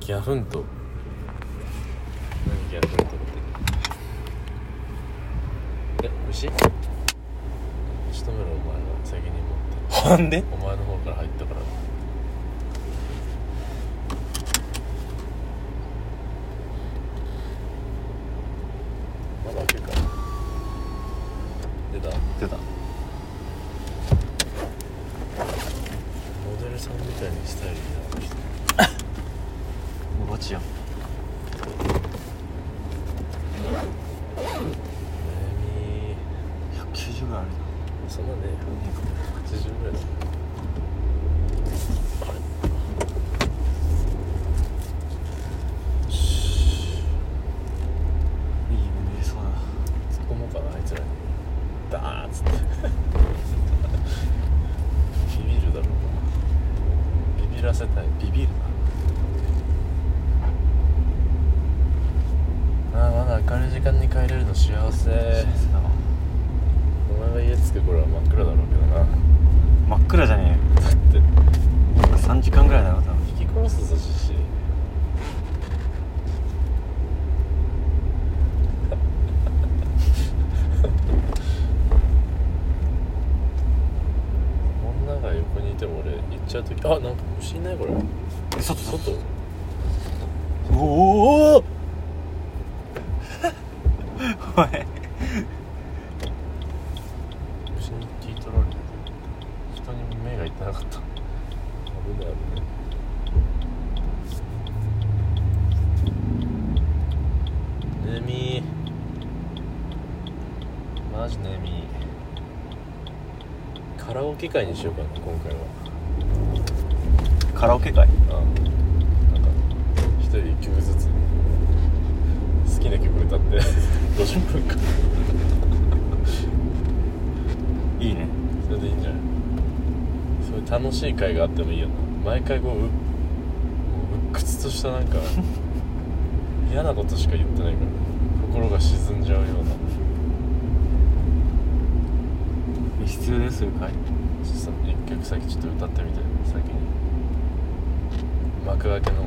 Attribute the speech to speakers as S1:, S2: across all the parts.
S1: ギャフンと
S2: 何ギャフンとってえ虫仕留めろお前の責任持って
S1: なんで
S2: お前の方から入ったからまだ開けるか出た
S1: 出た
S2: モデルさんみたいにスタイルになってきた
S1: もうガチやん
S2: 悩み
S1: 190ぐらいある
S2: そんなね80ぐらいだあれ
S1: ないい夢見そうだ
S2: 突っ込もうかなあいつらにダーッつってビビるだろうなビビらせたいビビるなあーまだ明るい時間に帰れるの幸せ
S1: 幸せだわ
S2: お前が家着く頃は真っ暗だろうけどなだ
S1: 真っ暗じゃね
S2: って
S1: えよ3時間ぐらいだよ多分
S2: 引き殺すぞ獅子女が横にいても俺行っちゃう時あなんか虫いないこれ
S1: え外外
S2: 外
S1: おおお前
S2: 虫に聞い取られてる人に目がいってなかった危ない危ないねみーマジねみーカラオケ会にしようかな今回は
S1: カラオケ会
S2: あなんか一人一曲ずつ好きな曲歌って50分か
S1: いいね
S2: それでいいんじゃないそういう楽しい会があってもいいよな毎回こううもう鬱屈としたなんか嫌なことしか言ってないから心が沈んじゃうような
S1: 必要ですよ会
S2: ちょっとさ一曲先ちょっと歌ってみて先に幕開けの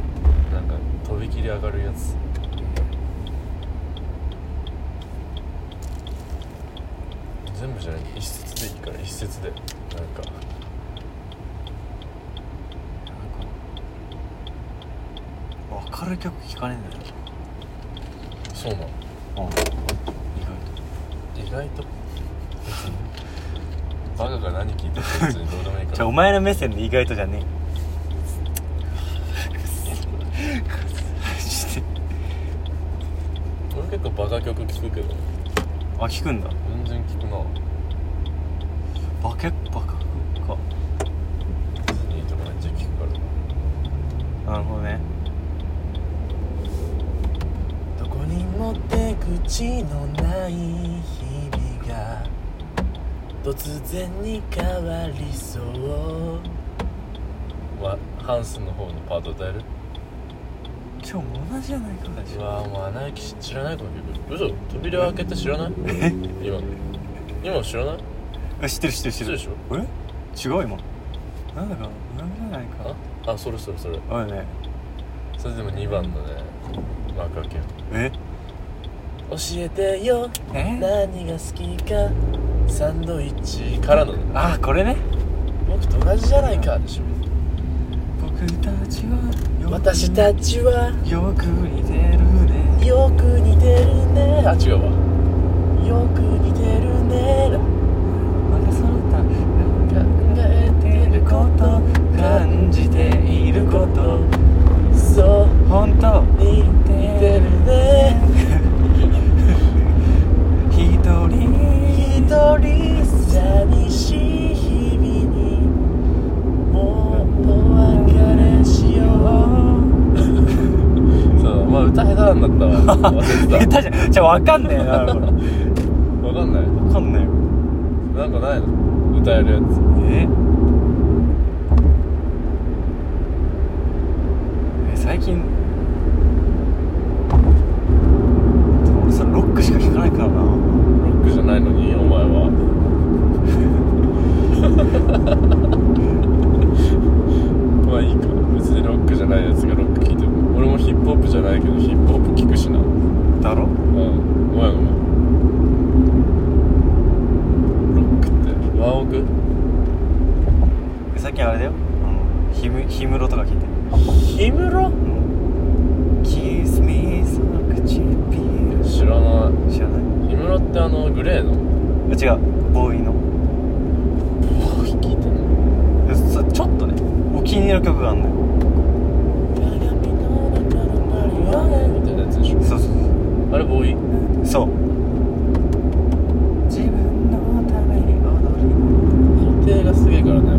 S2: なんかとびきり上がるやつ全部じゃない一節でいいから一節でなんか
S1: なんか明るい曲聴かねえんだよ
S2: そうなの
S1: あ意外と
S2: 意外と バカが何聞いてるか別にどうでもいいから
S1: じゃあお前の目線で意外とじゃねえして
S2: 俺結構バカ曲聞くけど
S1: あ聞くんだ
S2: 全然聞くな
S1: バケバカか
S2: ディズニーとかめっちゃ聞くから
S1: なるほどね
S2: どこにも出口のない日々が突然に変わりそうわハンスの方のパート歌える
S1: 今日も同じじゃないか
S2: うわもう穴行き知らないこの曲嘘扉開けて知らない今の今の知らない
S1: え知ってる知ってる知っ
S2: 嘘で
S1: てる
S2: しょ
S1: え違う今なんだか同じじゃないか
S2: あそれそれそれ
S1: あれね
S2: それでも2番のね幕開けよ
S1: え
S2: 教えてよ
S1: え
S2: 何が好きかサンドイッチからのね
S1: あこれね
S2: 僕と同じじゃないかでしょ
S1: 僕たちは
S2: 私たちは
S1: よく似てるね
S2: よく似てるねあ違うわよく似てるね
S1: またその他
S2: 考えてること
S1: 感じていること
S2: そう
S1: 本当
S2: 似てるね
S1: 一
S2: 一
S1: 人
S2: 人寂しい日々にもっと別れしよう そうまあ歌下手なんだったわ忘
S1: 下
S2: れて
S1: 手じゃんじゃあわかんねえなこれわ
S2: た分かんない
S1: かんないよ
S2: なんかないの歌えるやつ
S1: ええ最近でも俺さロックしか聴かないからな
S2: ロックじゃないのにお前は まあいいか別にロックじゃないやつがロック聴いても俺もホップじゃないけどヒップホップ聞くしなうん
S1: だろ
S2: ごめんごめんロックってワンオク
S1: 最近あれだよあのヒムヒムロとか聞いてる
S2: 氷室
S1: キスミーその唇
S2: 知らない
S1: 知らない
S2: 氷室ってあのグレーの
S1: あ違うボーイの
S2: おー聞いてんの
S1: でそちょっとねお気に入りの曲があんのよ
S2: みたいなやつでしょ
S1: そうそう
S2: あれボーイ
S1: そうそう自分のために踊る
S2: 工程がすげえからねやっぱ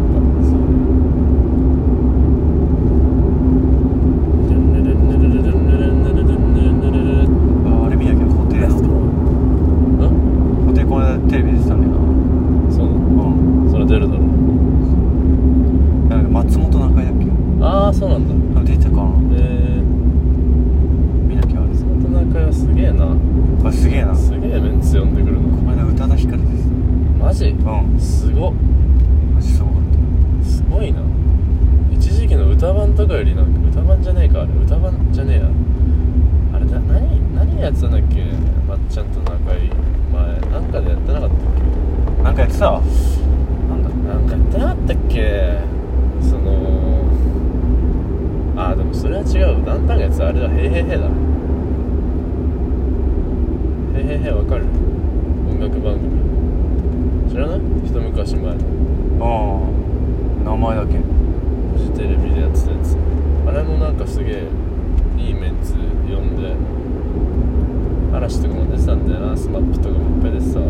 S1: ああれ見なきゃ固定だ固定この間テレビ出てたんだよな
S2: そうなの
S1: うん
S2: それ出るだろ
S1: なんか松本中井だっけ
S2: うああそうなんだ
S1: あ出てたかな
S2: ええ
S1: 見なきゃあれ
S2: その仲良はすげえな
S1: あすげえな
S2: すげえメンツ呼んでくるの
S1: この間宇多田ヒカルです
S2: マジ
S1: うん
S2: すご
S1: マジすごかった
S2: すごいな一時期の歌版とかよりなんか歌版じゃねえかあれ歌版じゃねえやあれだ何何やってたんだっけまっちゃんと仲いい前なんかでやってなかったっ
S1: なんかやってたわなんだ
S2: けなんかやってなかったっけそのあーでもそれは違うダウンタウンがやつあれだ「へいへいへい」だ「へいへいへい」わかる音楽番組知らない一昔前の
S1: うん名前だけ
S2: フジテレビでやってたやつあれもなんかすげえいいメンツ呼んで嵐とかも出てたんだよな SMAP とかもいっぱい出てたわ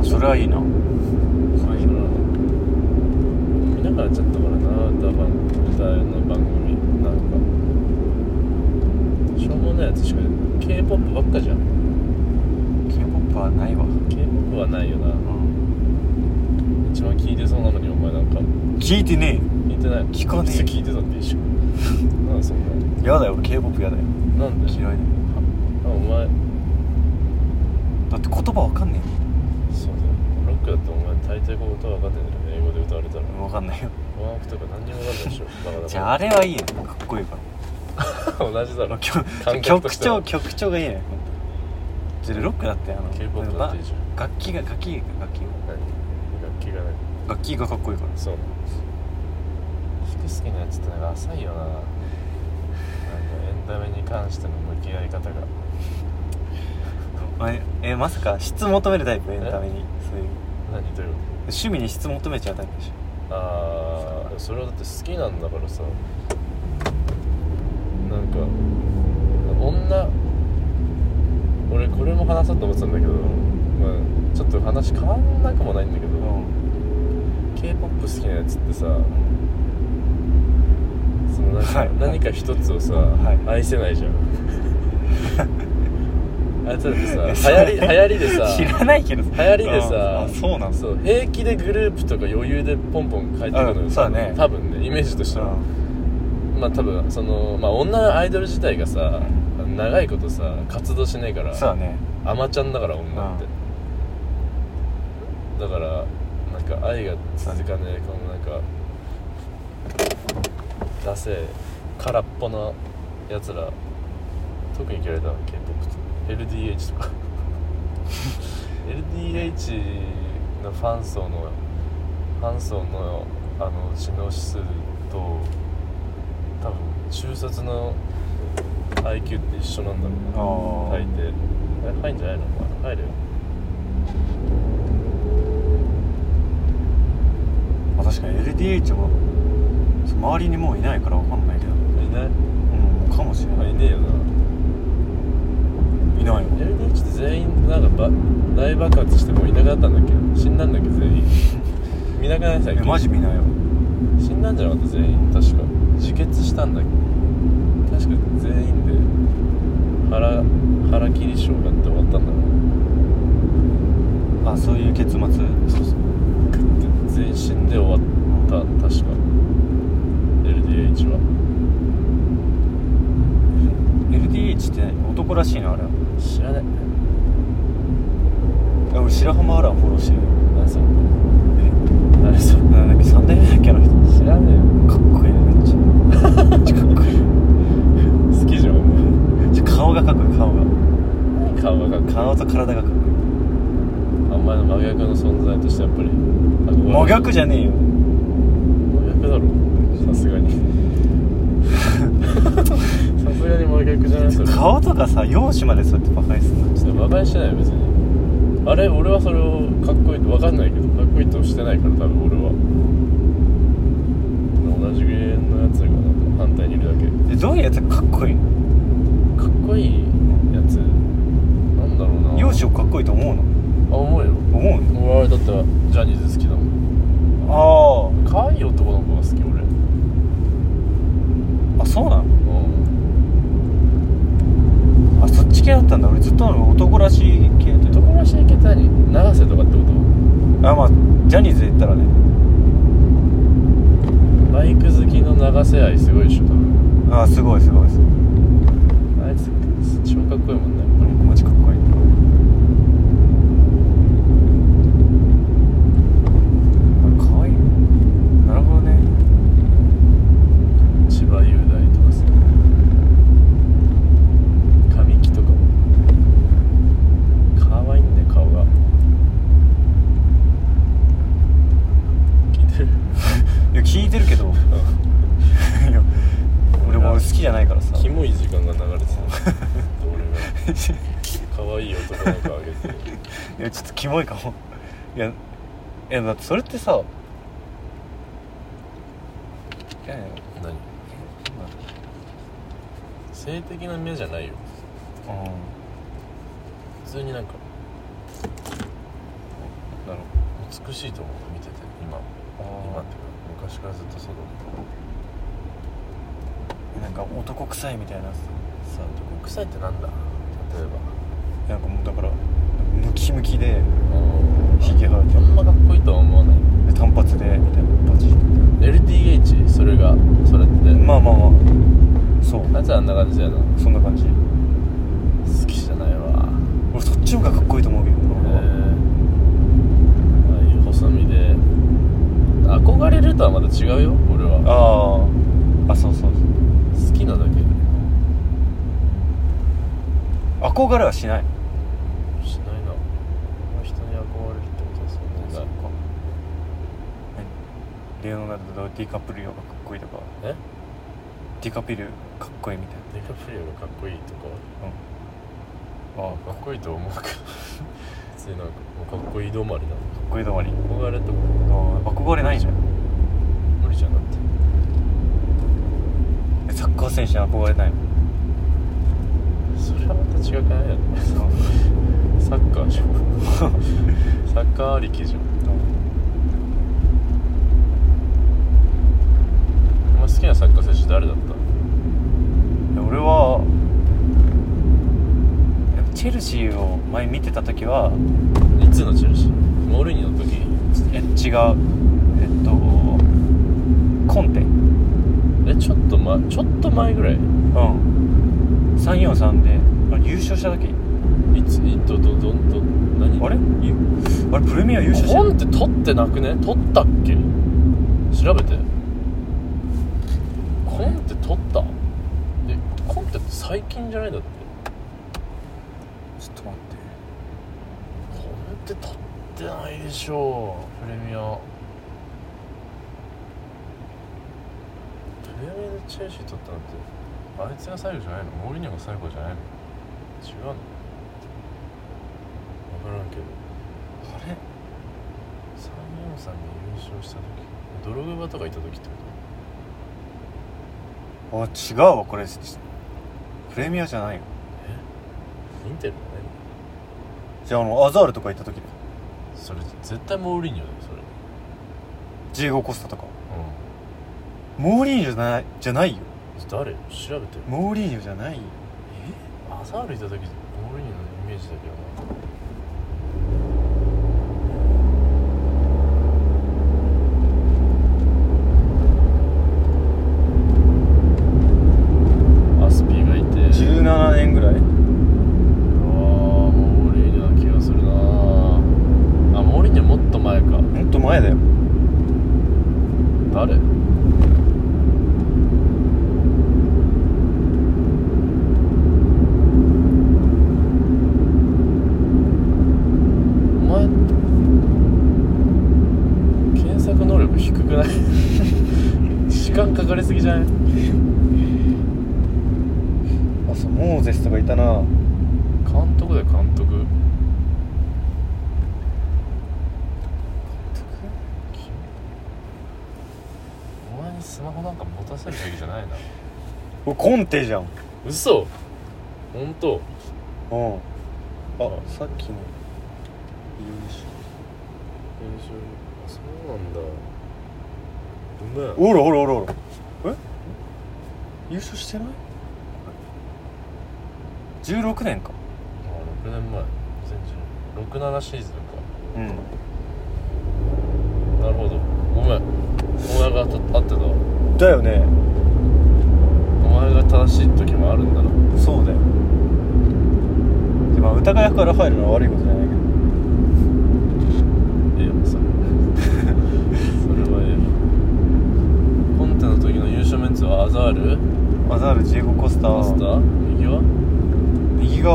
S1: あそれはいいな
S2: それ見ながらちょっとからな歌番歌の番組なんかしょうもないやつしか k p o p ばっかじゃん
S1: k p o p はないわ
S2: k p o p はないよな
S1: うん
S2: 一番聴いてそうなのにお前なんか
S1: 聞いてね
S2: 聴いてない
S1: 聞かねえ
S2: い聴いてたって 一緒なんでそん
S1: えよやだよ k p o p やだよ
S2: ななんで
S1: 嫌いだよ
S2: あお前
S1: だって言葉わかんね
S2: そうだよロックだってお前大抵こう歌分かってんだよ英語で歌われたら
S1: えわかんないよ
S2: ワンオクとか何にも分かんないでしょバカだから
S1: じゃああれはいいよかっこいいから
S2: 同じだろ
S1: 曲
S2: 感覚と
S1: 曲
S2: しては
S1: 調曲調がいいねじゃあロックだってあの
S2: K-POP だっていいじゃん
S1: 楽器が楽器が楽器
S2: 何楽器がない
S1: が楽器がかっこいいから
S2: そうなの服好きなやつってなんか浅いよななんかエンタメに関しての向き合い方が
S1: まあえまさか質求めるタイプエンタメにそういう
S2: 何というこ
S1: 趣味に質求めちゃうタイプでし
S2: とああそれはだって好きなんだからさなんか女俺これも話そうと思ってたんだけど、まあ、ちょっと話変わんなくもないんだけど、
S1: ょうん、
S2: k p o p 好きなやつってさそのなんか、
S1: はい
S2: 何か一つをさ、
S1: はい
S2: 愛せないじゃ んあいつらって
S1: いや
S2: さ流行り流行りでさ
S1: 知らないけど流
S2: 流行りでさ
S1: あそうなん
S2: そう平気でグループとか余裕でポンポン書いてくるの
S1: う
S2: よ
S1: んそうだね
S2: 多分ねイメージとしては
S1: う
S2: まあ多分その、まあ、女のアイドル自体がさ長いことさ活動しねえから
S1: んそうだね
S2: アマちゃんだから女って、だからなんか愛が続かねえこのなんかダセえ空っぽなやつら特に嫌いだな k p o p って LDH とか LDH のファン層のファン層のあの知能指数と多分中卒の IQ って一緒なんだろうな
S1: ああ、
S2: 入ってえ入んじゃないのお前入るよ
S1: まあ、確かに LDH はそう周りにもういないからわかんないけど
S2: いない
S1: うんかもしれ
S2: まあ
S1: ない
S2: いねえよない
S1: ないよ
S2: LDH って全員なんかば大爆発してもういなくなったんだっけ死んだんだっけ全員見なくなったっ
S1: え
S2: け
S1: マジ見ないよ
S2: 死んだんじゃなかった全員確か自決したんだっけ確か全員で腹腹切り症がって終わったんだろう
S1: あそういう結末
S2: そうそう全員死んで終わった確か LDH は
S1: LDH って男らしいのあれは
S2: 知らない
S1: え俺白浜アランフォローしてるよ
S2: 何それ
S1: え
S2: 何それ
S1: なんだっけサンデー顔と体がかっこいい
S2: あんまり真逆の存在としてやっぱり憧れ
S1: 真逆じゃねえよ
S2: 真逆だろさすが にさすがに真逆じゃないそれちょ
S1: 顔とかさ容姿までそうやってバカにすんの
S2: っと馬鹿にしてないよ別にあれ俺はそれをかっこいいって分かんないけどかっこいいとしてないから多分俺は同じぐらいのやつがなんか反対にいるだけ
S1: えどういうやつがかっこいいの
S2: かっこいいやつなんだろうな
S1: 容姿をかっこいいと思うの
S2: あ思うよ
S1: 思う
S2: 俺はだったらジャニーズ好きだもん
S1: の
S2: 可愛い男の子が好き俺
S1: あああそうなの
S2: うん
S1: あそっち系だったんだ俺ずっと男らしい系というか
S2: 男らしい系って何永瀬とかってこと
S1: あまあジャニーズで言ったらね
S2: バイク好きの永瀬愛すごいでしょ多分
S1: あすごいすごいすごい
S2: あいつ超かっこいいもんね
S1: これマジかっこいいあかわいいなるほどね
S2: 千葉雄大とかさ神木とか可愛いんだよ顔が聞いてる
S1: いや聞いてるけどいや俺も好きじゃないからさ
S2: キモい時間が流れてた俺が可愛い男なんかあげて
S1: いやちょっとキモいかもいやいやだってそれってさいやいや
S2: 何性的な目じゃないよ
S1: うんなる
S2: 普通になんか
S1: ほど
S2: 美しいと思う見てて今今
S1: あ
S2: っていうか昔からずっとそうだ
S1: ーなんか男臭いみたいなさ
S2: さあ男臭いってなんだ例え
S1: なんかもうだからムキムキで
S2: ば
S1: ひげ生え
S2: あんまかっこいいとは思わない
S1: てで短髪でみたいなパチ
S2: LDH それがそれって、
S1: まあまあまあそう
S2: あいつはあんな感じだよな
S1: そんな感じ
S2: 好きじゃないわ
S1: 俺そっちの方がかっこいいと思うけど
S2: えー、ああいう細身で憧れるとはまた違うよ俺は
S1: あああそうそうそう
S2: 好きなだけ
S1: 憧れはしない
S2: しないなあんま人に憧れるってことはそんなにない
S1: えレオナルド・ディカプリオがかっこいいとか
S2: え
S1: ディカピルかっこいいみたい
S2: デカプリオがかっこいいとか
S1: なうんああ
S2: かっこいいと思うけど普通になんかもうかっこいい止まりな
S1: かっこいい止まり
S2: の憧れとか
S1: あー憧れないじゃん
S2: 無理じゃなくて
S1: えサッカー選手に憧れないの
S2: それはまた違くないやろサッカーじゃんサッカーありきじゃんお前好きなサッカー選手誰だった
S1: いや俺はやっぱチェルシーを前見てた時はい
S2: つのチェルシーモールニーの時
S1: え違うえっとコンテ
S2: え
S1: う
S2: ちょっと前ちょっと前ぐらい
S1: ん343であれ優勝した時
S2: いついどどどんど何
S1: あれゆあれプレミア優勝して
S2: 本
S1: る
S2: って取ってなくね取ったっけ調べてコンって取ったえコンって最近じゃないだって
S1: ちょっと待って
S2: コンって取ってないでしょプレミアプレミアでチェルシー取ったのってあいつが最後じゃないのモーリーニョが最後じゃないの違うの分からんけど
S1: あれ
S2: 34さんで優勝した時ドログバとかいた時ってこ
S1: あ違うわこれプレミアじゃないよ
S2: とインテルだね
S1: じゃああのアザールとか行った時だよ
S2: それ絶対モーリーニョだよそれ
S1: ジェイゴ・コスタとか
S2: う
S1: モーリーニョじゃないじゃないよ
S2: ん誰調べてよ
S1: モーリーニョじゃないよ
S2: えアザールいた時モーリーニョのイメージだけどなアスピーがいて
S1: 17年ぐらい
S2: あーモーリーニョな気がするなあモーリーニョもっと前か
S1: ほんと前だよ
S2: 誰低くない 時間かかりすぎじゃない
S1: あそうモーゼスとかいたな
S2: 監督だよ監督お前にスマホなんか持たせるべきじゃないな
S1: おコンテじゃんうん
S2: 嘘本当
S1: あさっきの
S2: あそうなんだうめえ
S1: おらおらおらおらえ優勝してない16年か
S2: あ6年前201667シーズン
S1: うん
S2: かなるほどごめんお前がた合ってたわ
S1: だよね
S2: お前が正しい時もあるんだな
S1: そうだよでまあ疑いから入るのは悪いことじゃないけど
S2: ええよそれそれはええよコンテの時の優勝メンツはアザール
S1: アザールジェゴ・コスタ
S2: マスター右は
S1: 右が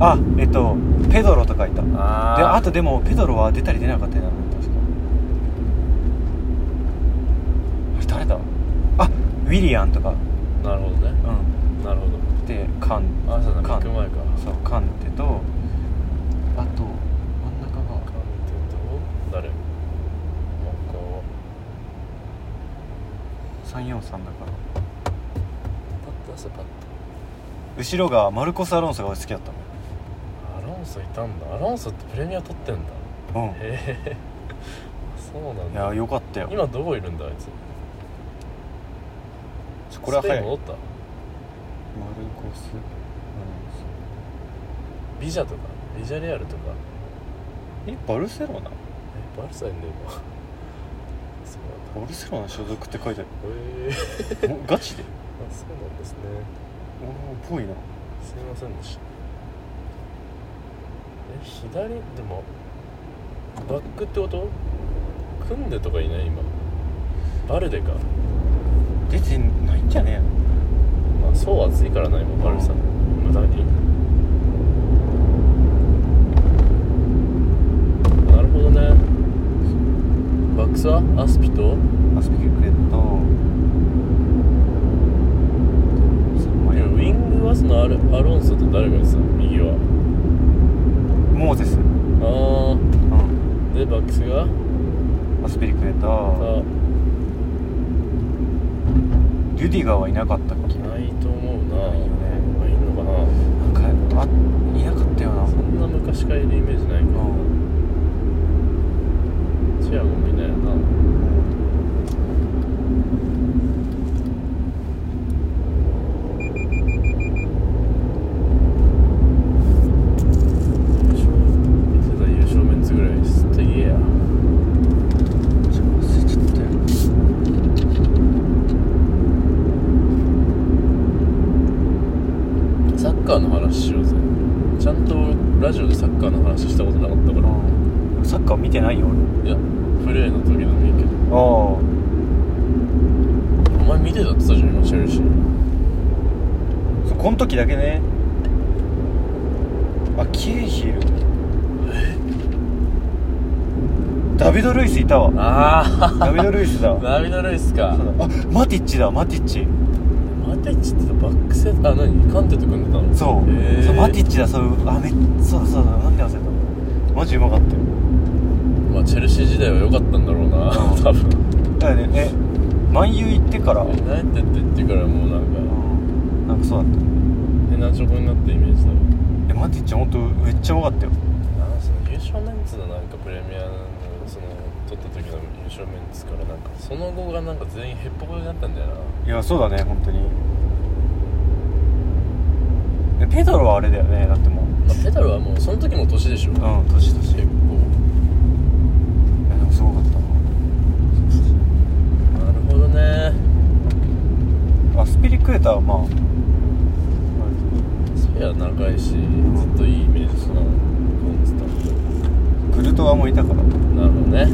S1: あえっとペドロとかいたで
S2: あ
S1: あとでもペドロは出たり出なかったよな確かあれ誰だあウィリアンとか
S2: なるほどね
S1: う
S2: なるほ
S1: んでカン
S2: どあそうだ
S1: カン
S2: 行く前か
S1: そうカンテとあと真ん中が
S2: カンテと誰他は
S1: 343だから
S2: パッと汗パッと
S1: 後ろがマルコス・アロンソが俺好きだった
S2: アロンソいたんだアロンソってプレミア取ってんだ
S1: のうん
S2: へえそうなん
S1: い
S2: だ
S1: やよかったよ
S2: 今どこいるんだあいつ
S1: これは
S2: スペイ
S1: 早
S2: ン
S1: い
S2: 戻
S1: マル
S2: った
S1: コス・ア
S2: ビジャとかビジャレアルとか
S1: ロンソえバルセロ
S2: え
S1: ナ
S2: バルサいんだ今 そうなんだ
S1: バルセロナ所属って書いてあ
S2: へえ
S1: るおガチで
S2: あそうなんですね
S1: おーぽいな
S2: すいませんでしたえ左でもバックってこと組んでとかいない今バルデか
S1: 出てないんじゃね
S2: まあそう暑いからな今バルサ
S1: うん
S2: 無駄になるほどねバックスはアスピと
S1: アスピルクレット
S2: いやウィングはそのアルアロンソと誰がいてたの右は
S1: モーゼス、う
S2: ああ
S1: ん、
S2: でバックスが
S1: アスピリクレッ
S2: あ
S1: ト
S2: ー
S1: リュディガーはいなかったっ
S2: な
S1: け
S2: いと思うな
S1: ないよね
S2: あいんのかな
S1: なんかあいなかったよな
S2: そんな昔からいるイメージないか
S1: うん
S2: チアゴもいないよな優勝いつだ優勝メンツぐらいすっていえや
S1: ちょっと忘れちゃったよ
S2: サッカーの話しようぜちゃんとラジオでサッカーの話したことなかったから
S1: うんサッカー見てないよ俺
S2: いやプレーの時でもいいけど
S1: あ
S2: お前見てたって言ったじゃん今チェルシー
S1: あそうこの時だけねあキエヒルダビド・ルイスいたわ
S2: あ
S1: ダビド・ルイス だわ
S2: ナビド・ルイスか
S1: そうだあマティッチだマティッチ
S2: マティッチってバックセットあ何カンテと組んでたの
S1: そう,、
S2: へー
S1: そうマティッチだそうあめっそうだそうだなんで忘れたマジうまかったよ
S2: まあチェルシー時代は良かったんだろうな 多分
S1: だからねえ万有行ってから、う
S2: 何やってって言ってからもうなんか
S1: ん、なんかそうだった
S2: 変なチョコになったイメージだわ
S1: えマティッチ本当めっちゃうまかったよ
S2: あーその優勝メンツのなんかプレミアのその取った時の優勝メンツからなんかその後がなんか全員ヘッポコになったんだよない
S1: やそうだね本当にえペドロはあれだよねだってもう
S2: まあ、ペダルはもうその時も年でしょ結構
S1: うん年々いやでもすごかった
S2: なるほどね
S1: なアスピリクエーターはまあ
S2: スペア長いしずっといいイメージだなコンスタント
S1: クルトワもいたから
S2: なるほどね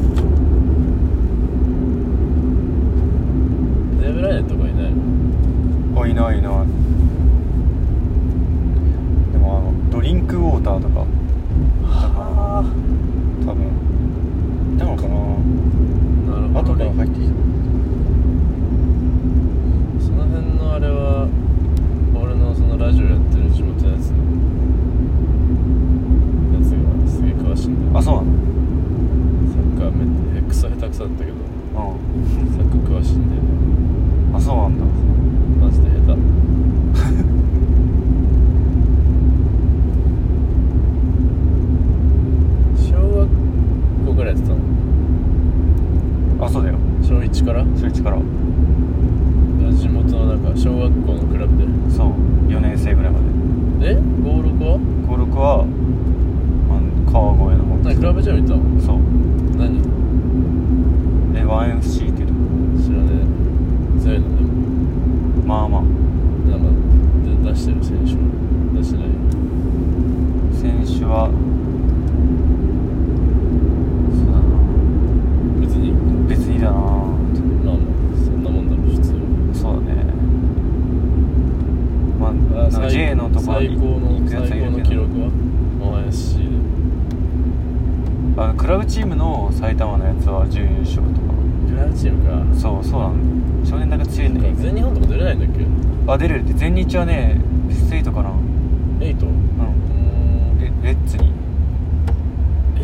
S2: デブライネとかいないの
S1: あいないいないでもあのドリンクウォーターとかだから多分いたのかな
S2: なつなんだけど
S1: う
S2: サッカー詳しいんだよね
S1: んあそうなんだ
S2: マジで下手小学校からやってたの
S1: あそうだよ
S2: 小1から
S1: それ力
S2: 地元のなんか小学校のクラブ
S1: そう4年生ぐらいまで
S2: でで56は
S1: 56は、あの、川越の方
S2: 何クラブじゃん見たの
S1: そう
S2: 何
S1: で 1FC っていうとこ
S2: 知らねえ強いのでも
S1: まあまあ
S2: なんか出してる選手は出してない
S1: 選手はそうだな
S2: 別に
S1: 別にだな
S2: まあまあそんなもんだろ普通
S1: そうだねまあなんか
S2: 最
S1: J のところ
S2: 最
S1: に
S2: 高
S1: 行
S2: の
S1: くやつが
S2: 最
S1: い
S2: 高
S1: る
S2: の
S1: け
S2: 記
S1: ど
S2: 録は YSC で
S1: あのクラブチームの埼玉のやつは準優勝とか
S2: グランチームか
S1: そうそうなんだ少年だけ強いんだ
S2: な
S1: け
S2: んか
S1: ど
S2: 全日本とか出れないんだっ
S1: あ出れるって全日はねベスト8かなう
S2: けエイトうんん
S1: レレッツに
S2: え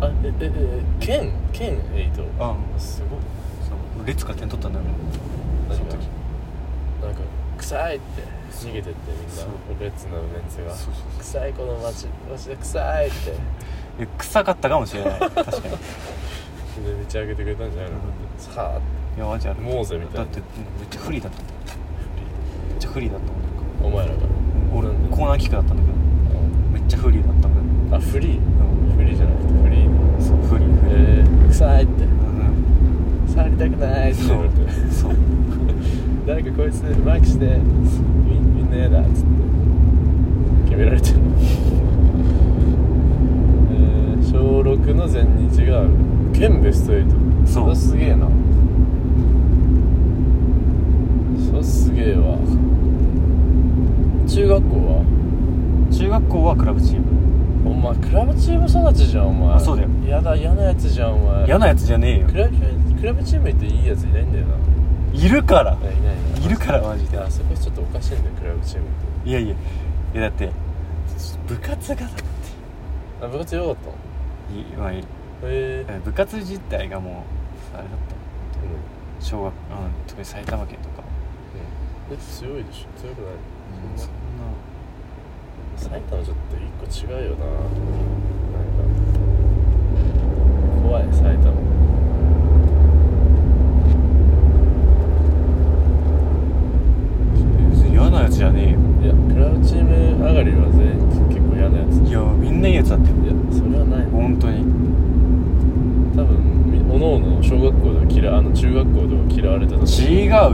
S2: あえええ県県エイト
S1: あうん
S2: すごい
S1: そうレッツから点取ったんだよ
S2: 何が
S1: その時
S2: なんか臭いって逃げてってみん
S1: そう
S2: なレッツのメンツが
S1: そうそうそう
S2: 臭いこの街街で臭いって
S1: いや臭かったかもし れない確かにい
S2: で道上げてくれたんじゃないのかってさ
S1: やマジあ
S2: あ
S1: る
S2: モーゼみた
S1: だ
S2: い
S1: っ
S2: な
S1: てうんめっちゃ不利だっためっちゃ不利だったもんなんか
S2: お前らが
S1: 俺
S2: なんで
S1: コーナーキックだったんだけどめっちゃ不利だったんだ
S2: あフリー
S1: けどう
S2: フ
S1: ん
S2: リーじゃなくてフリーの
S1: そう不利不
S2: え
S1: 利
S2: ー、臭いって
S1: うん
S2: 触りたくないって
S1: そ
S2: 言われ
S1: う
S2: て
S1: そう
S2: 誰かこいつマークしてみみんな嫌だっつって決められてるえー小6の全日が県ベスト8
S1: そう
S2: これすげえなそれすげえわ中学校は
S1: 中学校はクラブチーム
S2: お前クラブチーム育ちじゃんお前
S1: あそうだよ
S2: やだ嫌なやつじゃんお前
S1: 嫌なやつじゃねえよ
S2: クラブクラブチームっていいやついないんだよない
S1: るから
S2: いないいない
S1: いるからマジで
S2: あそこちょっとおかしいんだよクラブチームって
S1: いやいやいやだって部活がだって
S2: あ部活よかったの
S1: いまあいい
S2: へえ
S1: 部活自体がもうあれだった小学、うん、特に埼玉県とか
S2: え強いでしょ強くない
S1: そんな
S2: 埼玉ちょっと一個違うよななんか怖い埼玉
S1: 別に嫌なやつじゃねえよ
S2: いやクラブチーム上がりは全員結構嫌なやつ
S1: いやみんないいやつだって
S2: いやそれはないな
S1: 本当に
S2: 多分みおのおの小学校では嫌いあの中学校では嫌われてたし
S1: 違うよ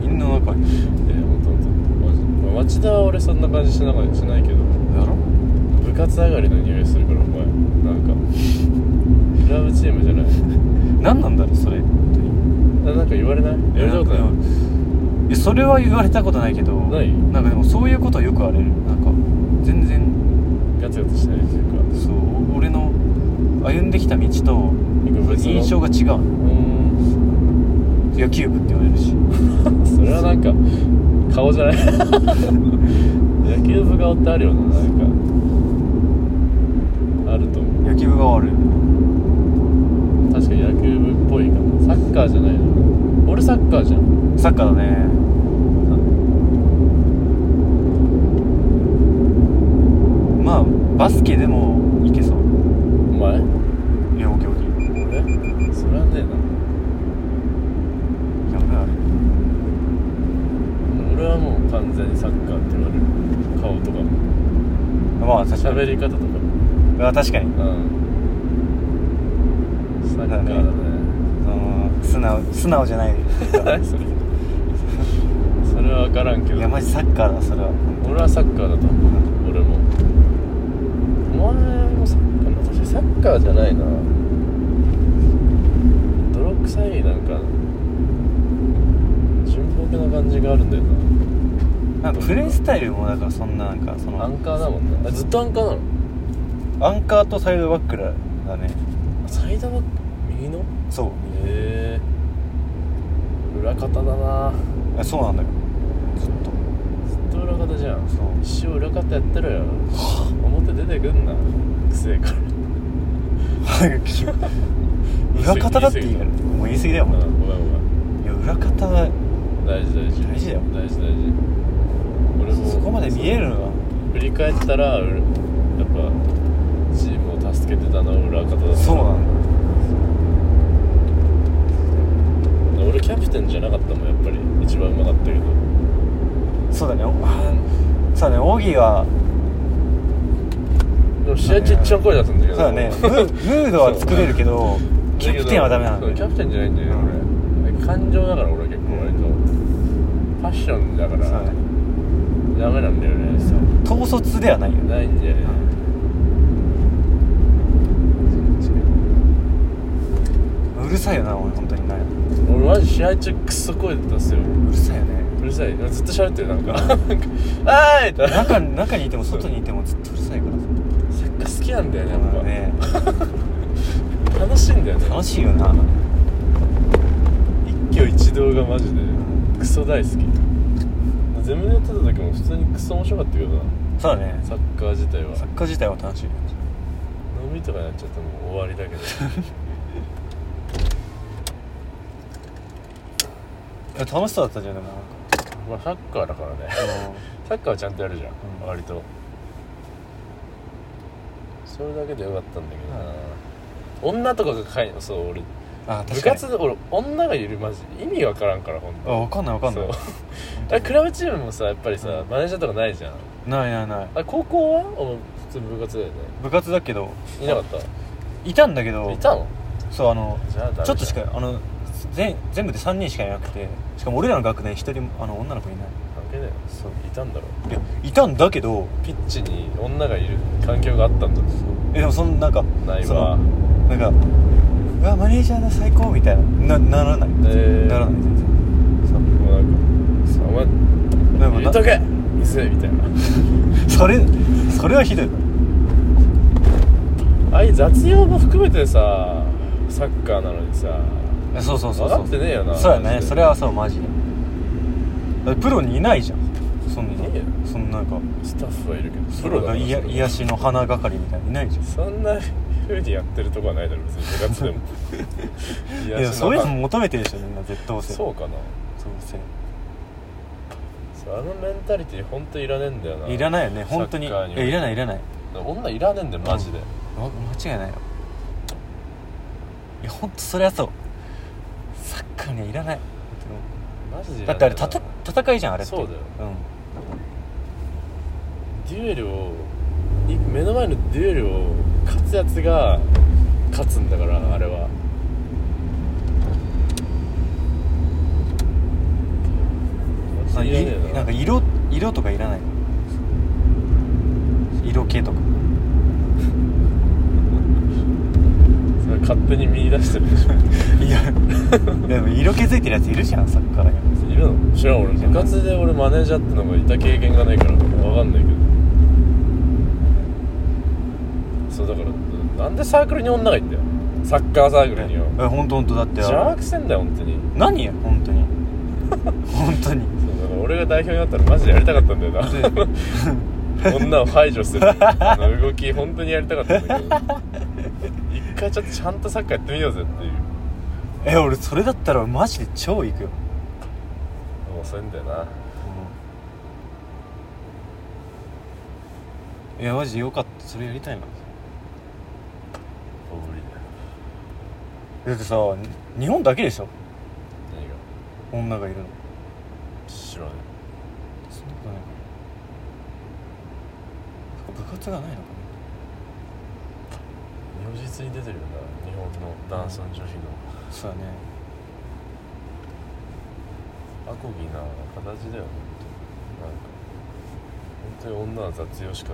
S1: みんな仲いい
S2: いや本当本当マジまあ町田は俺そんな感じしなかしないけど
S1: だろ
S2: 部活上がりの匂いするからお前なんかクラブチームじゃない
S1: 何なんだろうそれ本
S2: あなんか言われない
S1: 当に
S2: 言われたことない
S1: いやそれは言われたことないけど
S2: ない
S1: んかでもそういうことはよくあれるなんか全然
S2: ガツガツしてないというか
S1: そう俺の歩んできた道と印象
S2: が
S1: が違う
S2: うーん
S1: 野球部って言われるし
S2: それはなんか顔じゃない 野球部顔ってあるよななんかあると思
S1: 野球部がある
S2: う確かに野球部っぽいかなサッカーじゃないの俺サッカーじゃん
S1: サッカーだねまあバスケでもいけそ
S2: お
S1: う
S2: 前
S1: いやオッケーオッケー
S2: 俺それはねえない
S1: や俺ある
S2: 俺はもう完全にサッカーって言われる顔とか
S1: まあ確かに
S2: 喋り方とか
S1: あ確かに
S2: うんサッカーだね
S1: その素直素直じゃない
S2: 何それそれは分からんけ
S1: い
S2: ど
S1: やマジサッカーだそれは
S2: 俺はサッカーだと思う俺もお前もサッカー私サッカーじゃないな泥臭いなんか純朴な感じがあるんだよ
S1: なんかプレイスタイルもだからそんななんかそ
S2: なアン
S1: の
S2: カーだもんなあずっとアンカーなの
S1: アンカーとサイドバックだね
S2: あサイドバック右の
S1: そう
S2: へえ裏方だな
S1: あそうなん だよずっと
S2: ずっと裏方じゃん
S1: そう
S2: 一生裏方やってろよ表出てくんなくせえから
S1: 早く聞く裏方だって言いもう言い過ぎだよ、
S2: うん
S1: お
S2: ご
S1: 前
S2: めんごめん
S1: いや裏方は
S2: 大事大事
S1: 大事だよ
S2: 大事大事俺も
S1: そこまで見えるのが
S2: 振り返ったらうやっぱチームを助けてたのは裏方だった
S1: そうなんだ
S2: 俺キャプテンじゃなかったもんやっぱり一番うまかったけど
S1: そうだねおあーそうだねオギーは
S2: でも試合中一番声出すんだけ
S1: そう
S2: ど
S1: だね ムームードは作れるけどキャプテンはダメなんだ
S2: そうキャプテンじゃないんだよね俺感情だから俺結構割とファッションだから
S1: そうだね
S2: ダメなんだよね
S1: 統率ではないよね
S2: ないんだよね
S1: うるさいよな俺本当にないうん
S2: 俺マジ試合中クソ声出たんすよ
S1: うるさいよね
S2: うるさい俺ずっと喋ってる なんか「あーい!」ってサ
S1: 中 中にいても外にいてもずっとうるさいからさ
S2: ッカー好きなんだよねや
S1: だから
S2: っ
S1: ね
S2: ぱ楽しいんだよね
S1: 楽しいよな
S2: 一挙一動がマジでクソ大好き全部やってた時も普通にクソ面白かったけどな
S1: そうだね
S2: サッカー自体は
S1: サッカー自体は楽しいよ
S2: 飲みとかになっちゃってもう終わりだ けど
S1: いや楽しそうだったじゃんでもなんか
S2: まあサッカーだからねサッカーはちゃんとやるじゃん、
S1: うん
S2: 割とそれだけでよかったんだけどな、女とかがかいのそう俺
S1: あー
S2: 部
S1: 確かに
S2: 活で俺女がいるマジ意味わからんからほんと
S1: あ分かんない分かんない
S2: そうあれクラブチームもさやっぱりさ、マネージャーとかないじゃん
S1: ないないない
S2: あれ高校はお前普通部活だよね
S1: 部活だけど
S2: いなかった
S1: いたんだけど
S2: いたの
S1: そうあの
S2: じゃあダメじゃん
S1: ちょっとしかあの全全部で3人しかいなくてしかも俺らの学年1人もあの女の子いない
S2: 関係ないよ
S1: そう
S2: いたんだろ
S1: いやいたんだけど
S2: ピッチに女がいる環境があったんだ
S1: えでもそのなんか
S2: ない
S1: そ
S2: わ
S1: のなんかうわマネージャーだ最高みたいななならない、
S2: えー
S1: ならない全然そう
S2: もうなんかさお前
S1: でも
S2: 入れ
S1: な
S2: とけ水みたいな
S1: それそれはひどい
S2: ああいう雑用も含めてさサッカーなのにさ
S1: えそうそうそうそう
S2: 分かってねえよな
S1: そうや
S2: マジ
S1: ね
S2: で
S1: それはそうマジでだってプロにいないじゃんそんな
S2: ね
S1: い
S2: えよ
S1: そんななんか
S2: スタッフはいるけど
S1: プロが
S2: から
S1: いや
S2: それは
S1: 癒しの花係みたいにいないじゃん
S2: そんなふうにやってるとこはないだろ別に部活でも
S1: い
S2: 癒し
S1: や
S2: の
S1: そういうの求めてるでしょみんな絶対性
S2: そうかな
S1: そうせ
S2: そうあのメンタリティ本当いらねえんだよない
S1: らないよね本当にい
S2: サッカーに
S1: やいらないいらない
S2: 女いらねえんだよマジで、
S1: わ間違いないよいや本当それはそうサッカーにはいらない本
S2: マジ
S1: 当
S2: でい
S1: に
S2: らね
S1: だっ
S2: え
S1: てあれ
S2: な
S1: たた戦いじゃんあれって
S2: そうだよ
S1: う
S2: デュエルをい目の前のデュエルを勝つやつが勝つんだからあれは
S1: んさ
S2: いらねえ
S1: いなんか色色とかいらない色系とか
S2: それ勝手に見出してるでしょ
S1: いやでも色気づいてるやついるじゃんサッカーに
S2: いるの知らん俺部活で俺マネージャーってのがいた経験がないから分かんないけどそうだからなんでサークルに女がいんだよサッカーサークルによ
S1: え本当本当だって
S2: 邪魔くせんだよ本当に
S1: 何や本当に 本当に
S2: そうだから俺が代表になったらマジでやりたかったんだよな女を排除するあの動き本当にやりたかったんだけど一回ちょっとちゃんとサッカーやってみようぜっていう
S1: え俺それだったらマジで超行くよ、
S2: もうそういうんだよな
S1: いやマジでよかったそれやりたいな
S2: 大ぶりだよ
S1: だってさ日本だけでしょ
S2: 何が
S1: 女がいるの
S2: 知らね
S1: そんなことないかそっか部活がないのか
S2: え如実に出てるよな日本のダンスの女子の
S1: なそうだね
S2: アコギな形だよね本当になんか本当に女は雑用しか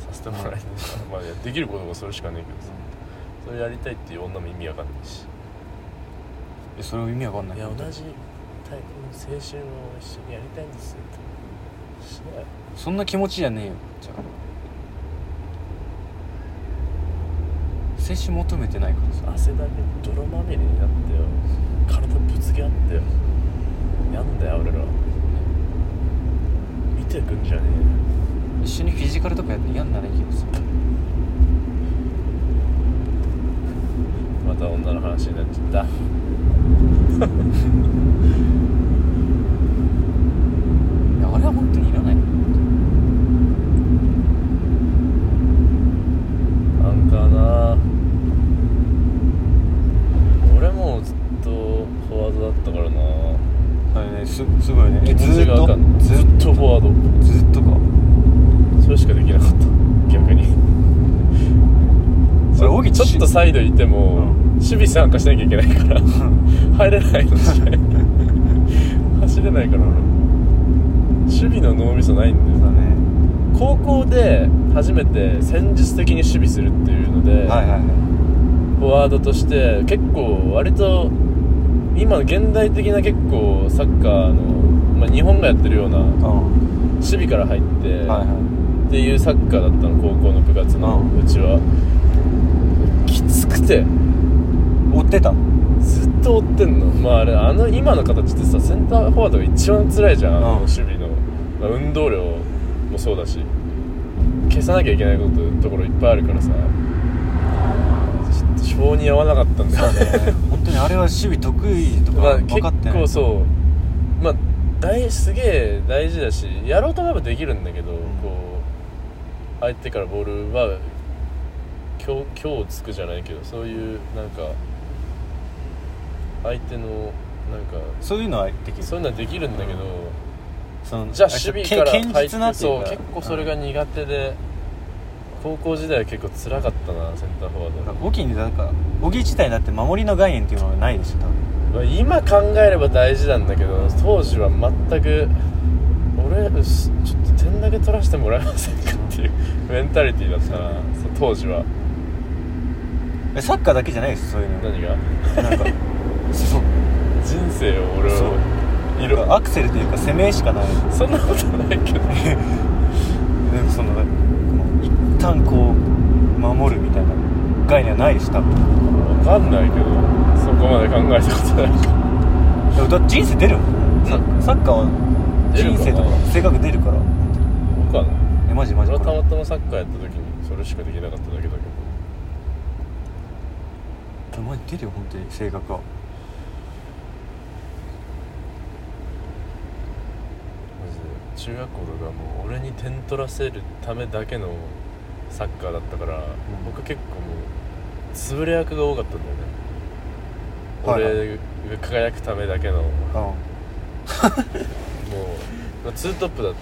S2: させてもらえないからまあいやできることがそれしかねえけどさそれやりたいっていう女も意味わかんないし
S1: えそれは意味わかんない
S2: いや同じタイプの青春を一緒にやりたいんですよしない
S1: そんな気持ちじゃねえよじゃあ青春求めてないから
S2: 汗
S1: さ
S2: だけ泥まみれになってよ体ぶつけ合ってよやんだよ俺ら見てくんじゃね
S1: 一緒にフィジカルとかやって嫌にならいいけどさ
S2: えよまた話になっちゃった
S1: いやあれは本当にいらない
S2: アンカーな俺もずっとフォワードだったからな
S1: あれねすすごいねえず
S2: ず
S1: ーっとず
S2: ず
S1: ーっ
S2: っとフォワー
S1: とずーっとか
S2: ドそれしかできなかった逆に
S1: それ荻
S2: ちょっとサイドいても、
S1: うん
S2: 守備参加しなきゃいけないから入れないの試合走れないから俺守備の脳みそないんだよ
S1: そうだね
S2: 高校で初めて戦術的に守備するっていうので、
S1: はいはいはい
S2: フォワードとして結構割と今の現代的な結構サッカーの、まあ、日本がやってるような
S1: うん
S2: 守備から入って、
S1: はいは
S2: っていうサッカーだったの高校の部活の
S1: うん
S2: うちは、きつくて
S1: い追ってた
S2: ずっと追ってんのまああれあの今の形ってさセンターフォワードが一番辛いじゃん、あの
S1: うん
S2: 守備の、まあ運動量もそうだし消さなきゃいけないことところいっぱいあるからさちょっと性に合わなかったんだよね
S1: 本当にあれは守備得意とか
S2: まあ、
S1: 分かって
S2: 結
S1: ない
S2: 構そうまあ大すげえ大事だしやろうと思えばできるんだけど、こう相手からボールは今日今日つくじゃないけどそういうなんか相手のなんか
S1: そういうのはできる
S2: そういうのはできるんだけど、
S1: その
S2: じゃあ守備から
S1: け
S2: 入って
S1: 堅実なってい
S2: そうう
S1: か
S2: 結構それが
S1: うん
S2: 苦手で、高校時代は結構辛かったなセンターフォワード
S1: なんか荻にだから荻自体だって守りの概念っていうのはないでしょ多分
S2: まあ今考えれば大事なんだけど当時は全く俺うっすちょっと点だけ取らせてもらえませんかっていう メンタリティーだったなそう当時は
S1: えサッカーだけじゃないですそういうの
S2: 何が
S1: なんかそう
S2: 人生を俺
S1: そう
S2: はい
S1: なんか
S2: ろ
S1: アクセルというか攻めしかない
S2: そんなことないけど
S1: でもそのこの一旦こう守るみたいな概念はないでしょ多分
S2: 分かんないけどそこまで考えたことないから
S1: でもだって人生出るもんサッサッカーは
S2: 出る
S1: 人
S2: かな
S1: 生とか性格出るから
S2: 分かんない
S1: えマジマジ
S2: 俺は
S1: こ
S2: た
S1: れ
S2: またまサッカーやった時にそれしかできなかっただけだけど
S1: たまに出るよ本当に性格は
S2: マジで中学校とかもう俺に点取らせるためだけのサッカーだったから、僕結構もう潰れ役が多かったんだよね、
S1: はいはい
S2: 俺が輝くためだけのもう、
S1: う
S2: まあ、ツートップだっ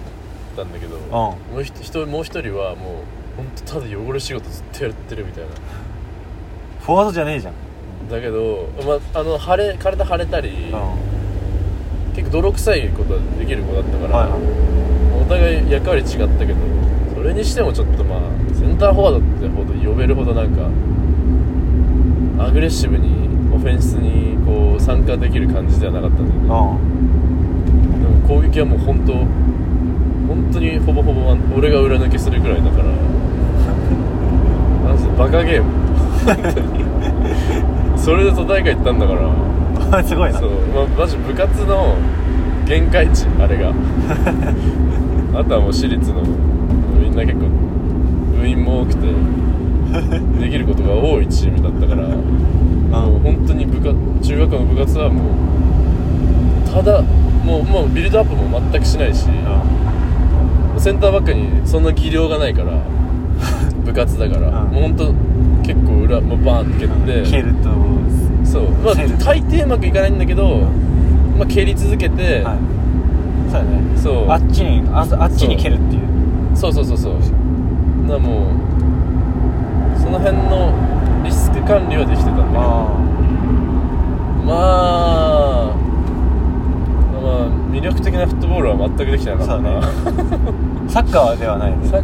S2: たんだけど、もうひ人もう一人はもう本当ただ汚れ仕事ずっとやってるみたいなん
S1: フォワードじゃねえじゃん
S2: だけど、まあ、あの腫れ体腫れたり、
S1: うん
S2: 結構泥臭いことはできる子だったから、
S1: はいはい
S2: お互い役割違ったけどそれにしてもちょっとまあセンターフォワードってほど呼べるほどなんかアグレッシブにオフェンスにこう参加できる感じではなかったんだけど
S1: うん
S2: でも攻撃はもう本当本当にほぼほぼワン俺が裏抜けするぐらいだからなんせバカゲーム 本当にそれで都大会行ったんだから
S1: あ すごいな
S2: そう、まあ、マジ部活の限界値あれが あとはもう私立のみんな結構部員も多くてできることが多いチームだったからもう本当に部活中学校の部活はもうただもうもうビルドアップも全くしないし
S1: う
S2: センターバックにそんな技量がないから 部活だから
S1: うん
S2: もう本当結構裏もうバーンって蹴
S1: ん
S2: って
S1: 蹴ると
S2: そうまあ
S1: セール
S2: 大抵うまくいかないんだけど、まあ、蹴り続けて、
S1: はいそうやね
S2: そう
S1: あっちにああっちに蹴るっていう
S2: そうそうそうそうなもうその辺のリスク管理はできてたんだけど
S1: あ
S2: まあまあ魅力的なフットボールは全くできてなかった な、
S1: そあサッカーではないね
S2: サッ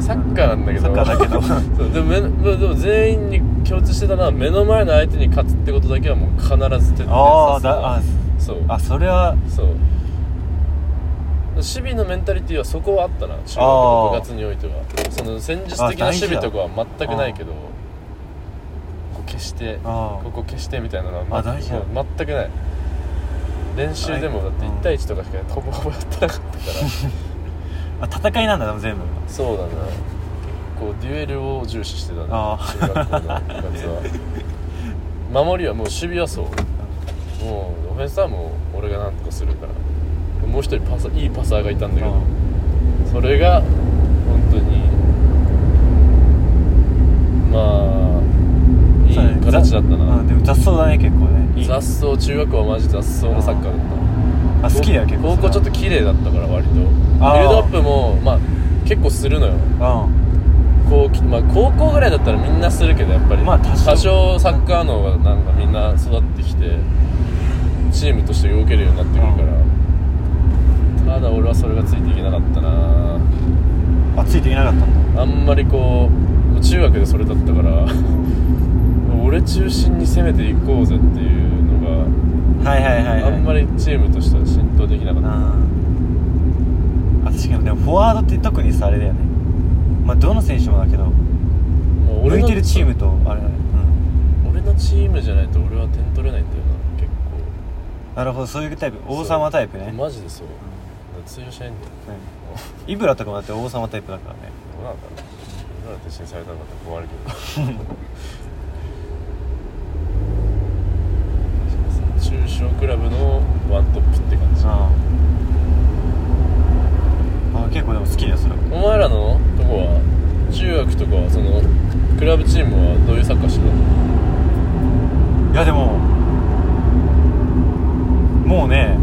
S2: サッカーなんだけど
S1: サッカーだけど
S2: そうでもめでもでも全員に共通してたのは目の前の相手に勝つってことだけはもう必ず徹底
S1: ああ
S2: させた
S1: だあ
S2: そう
S1: あそれは
S2: そう守備のメンタリティーはそこはあったな中学
S1: あ
S2: の
S1: ー
S2: 部活においてはその戦術
S1: あ
S2: 的な
S1: 大
S2: 守
S1: 事だ
S2: 備とかは全くないけどここ消して
S1: あー
S2: ここ消してみたいなのは、
S1: あ大事だ
S2: もう全くない練習でもだって1対1とかしかほぼほぼやってなかったから
S1: あ戦いなんだでも全部
S2: そうだな結構デュエルを重視してたな
S1: あー
S2: 中学校の部活は守りはもう守備はそうもうオフェンスはもう俺がなんとかするからもう一人パサいいパサーがいたんだけどそれが本当にまあい
S1: そうね
S2: い形だった
S1: あ
S2: な
S1: でも雑草だね結構ねいい
S2: 雑草中学校はマジ雑草のサッカーだった
S1: あ好きだよ結構
S2: 高校ちょっと綺麗だったから割とビルド
S1: あー
S2: アップもまあ結構するのよ
S1: と
S2: こうきまあ、高校ぐらいだったらみんなするけどやっぱり、
S1: まあ多少
S2: サッカーの方がなんかみんな育ってきてチームとして動けるようになってくるから、ただ俺はそれがついていけなかったな
S1: うんあついていなかったんだ
S2: あんまりこう中学でそれだったから 俺中心に攻めていこうぜっていうの
S1: はいはいはい、
S2: が
S1: はい、
S2: あんまりチームとしては浸透できなかった
S1: ああ確かにでもフォワードって特にさあれだよねまあどの選手もだけど
S2: もう
S1: 抜
S2: 俺
S1: い
S2: の
S1: てるチームとあれだねうん
S2: 俺のチームじゃないと俺は点取れないんだよな結構
S1: なるほどそういうタイプ王様タイプね
S2: マジでそうだから通用しないんだよ
S1: うんイブラとかもだって王様タイプだからね
S2: どうなんだろう今だって支援されたのかって困るけど 中小クラブのワントップって感じ
S1: あああ結構でも好きだよそれは
S2: お前らのとこは中学とかはそのクラブチームはどういうサッカーしてたの
S1: いやでももうね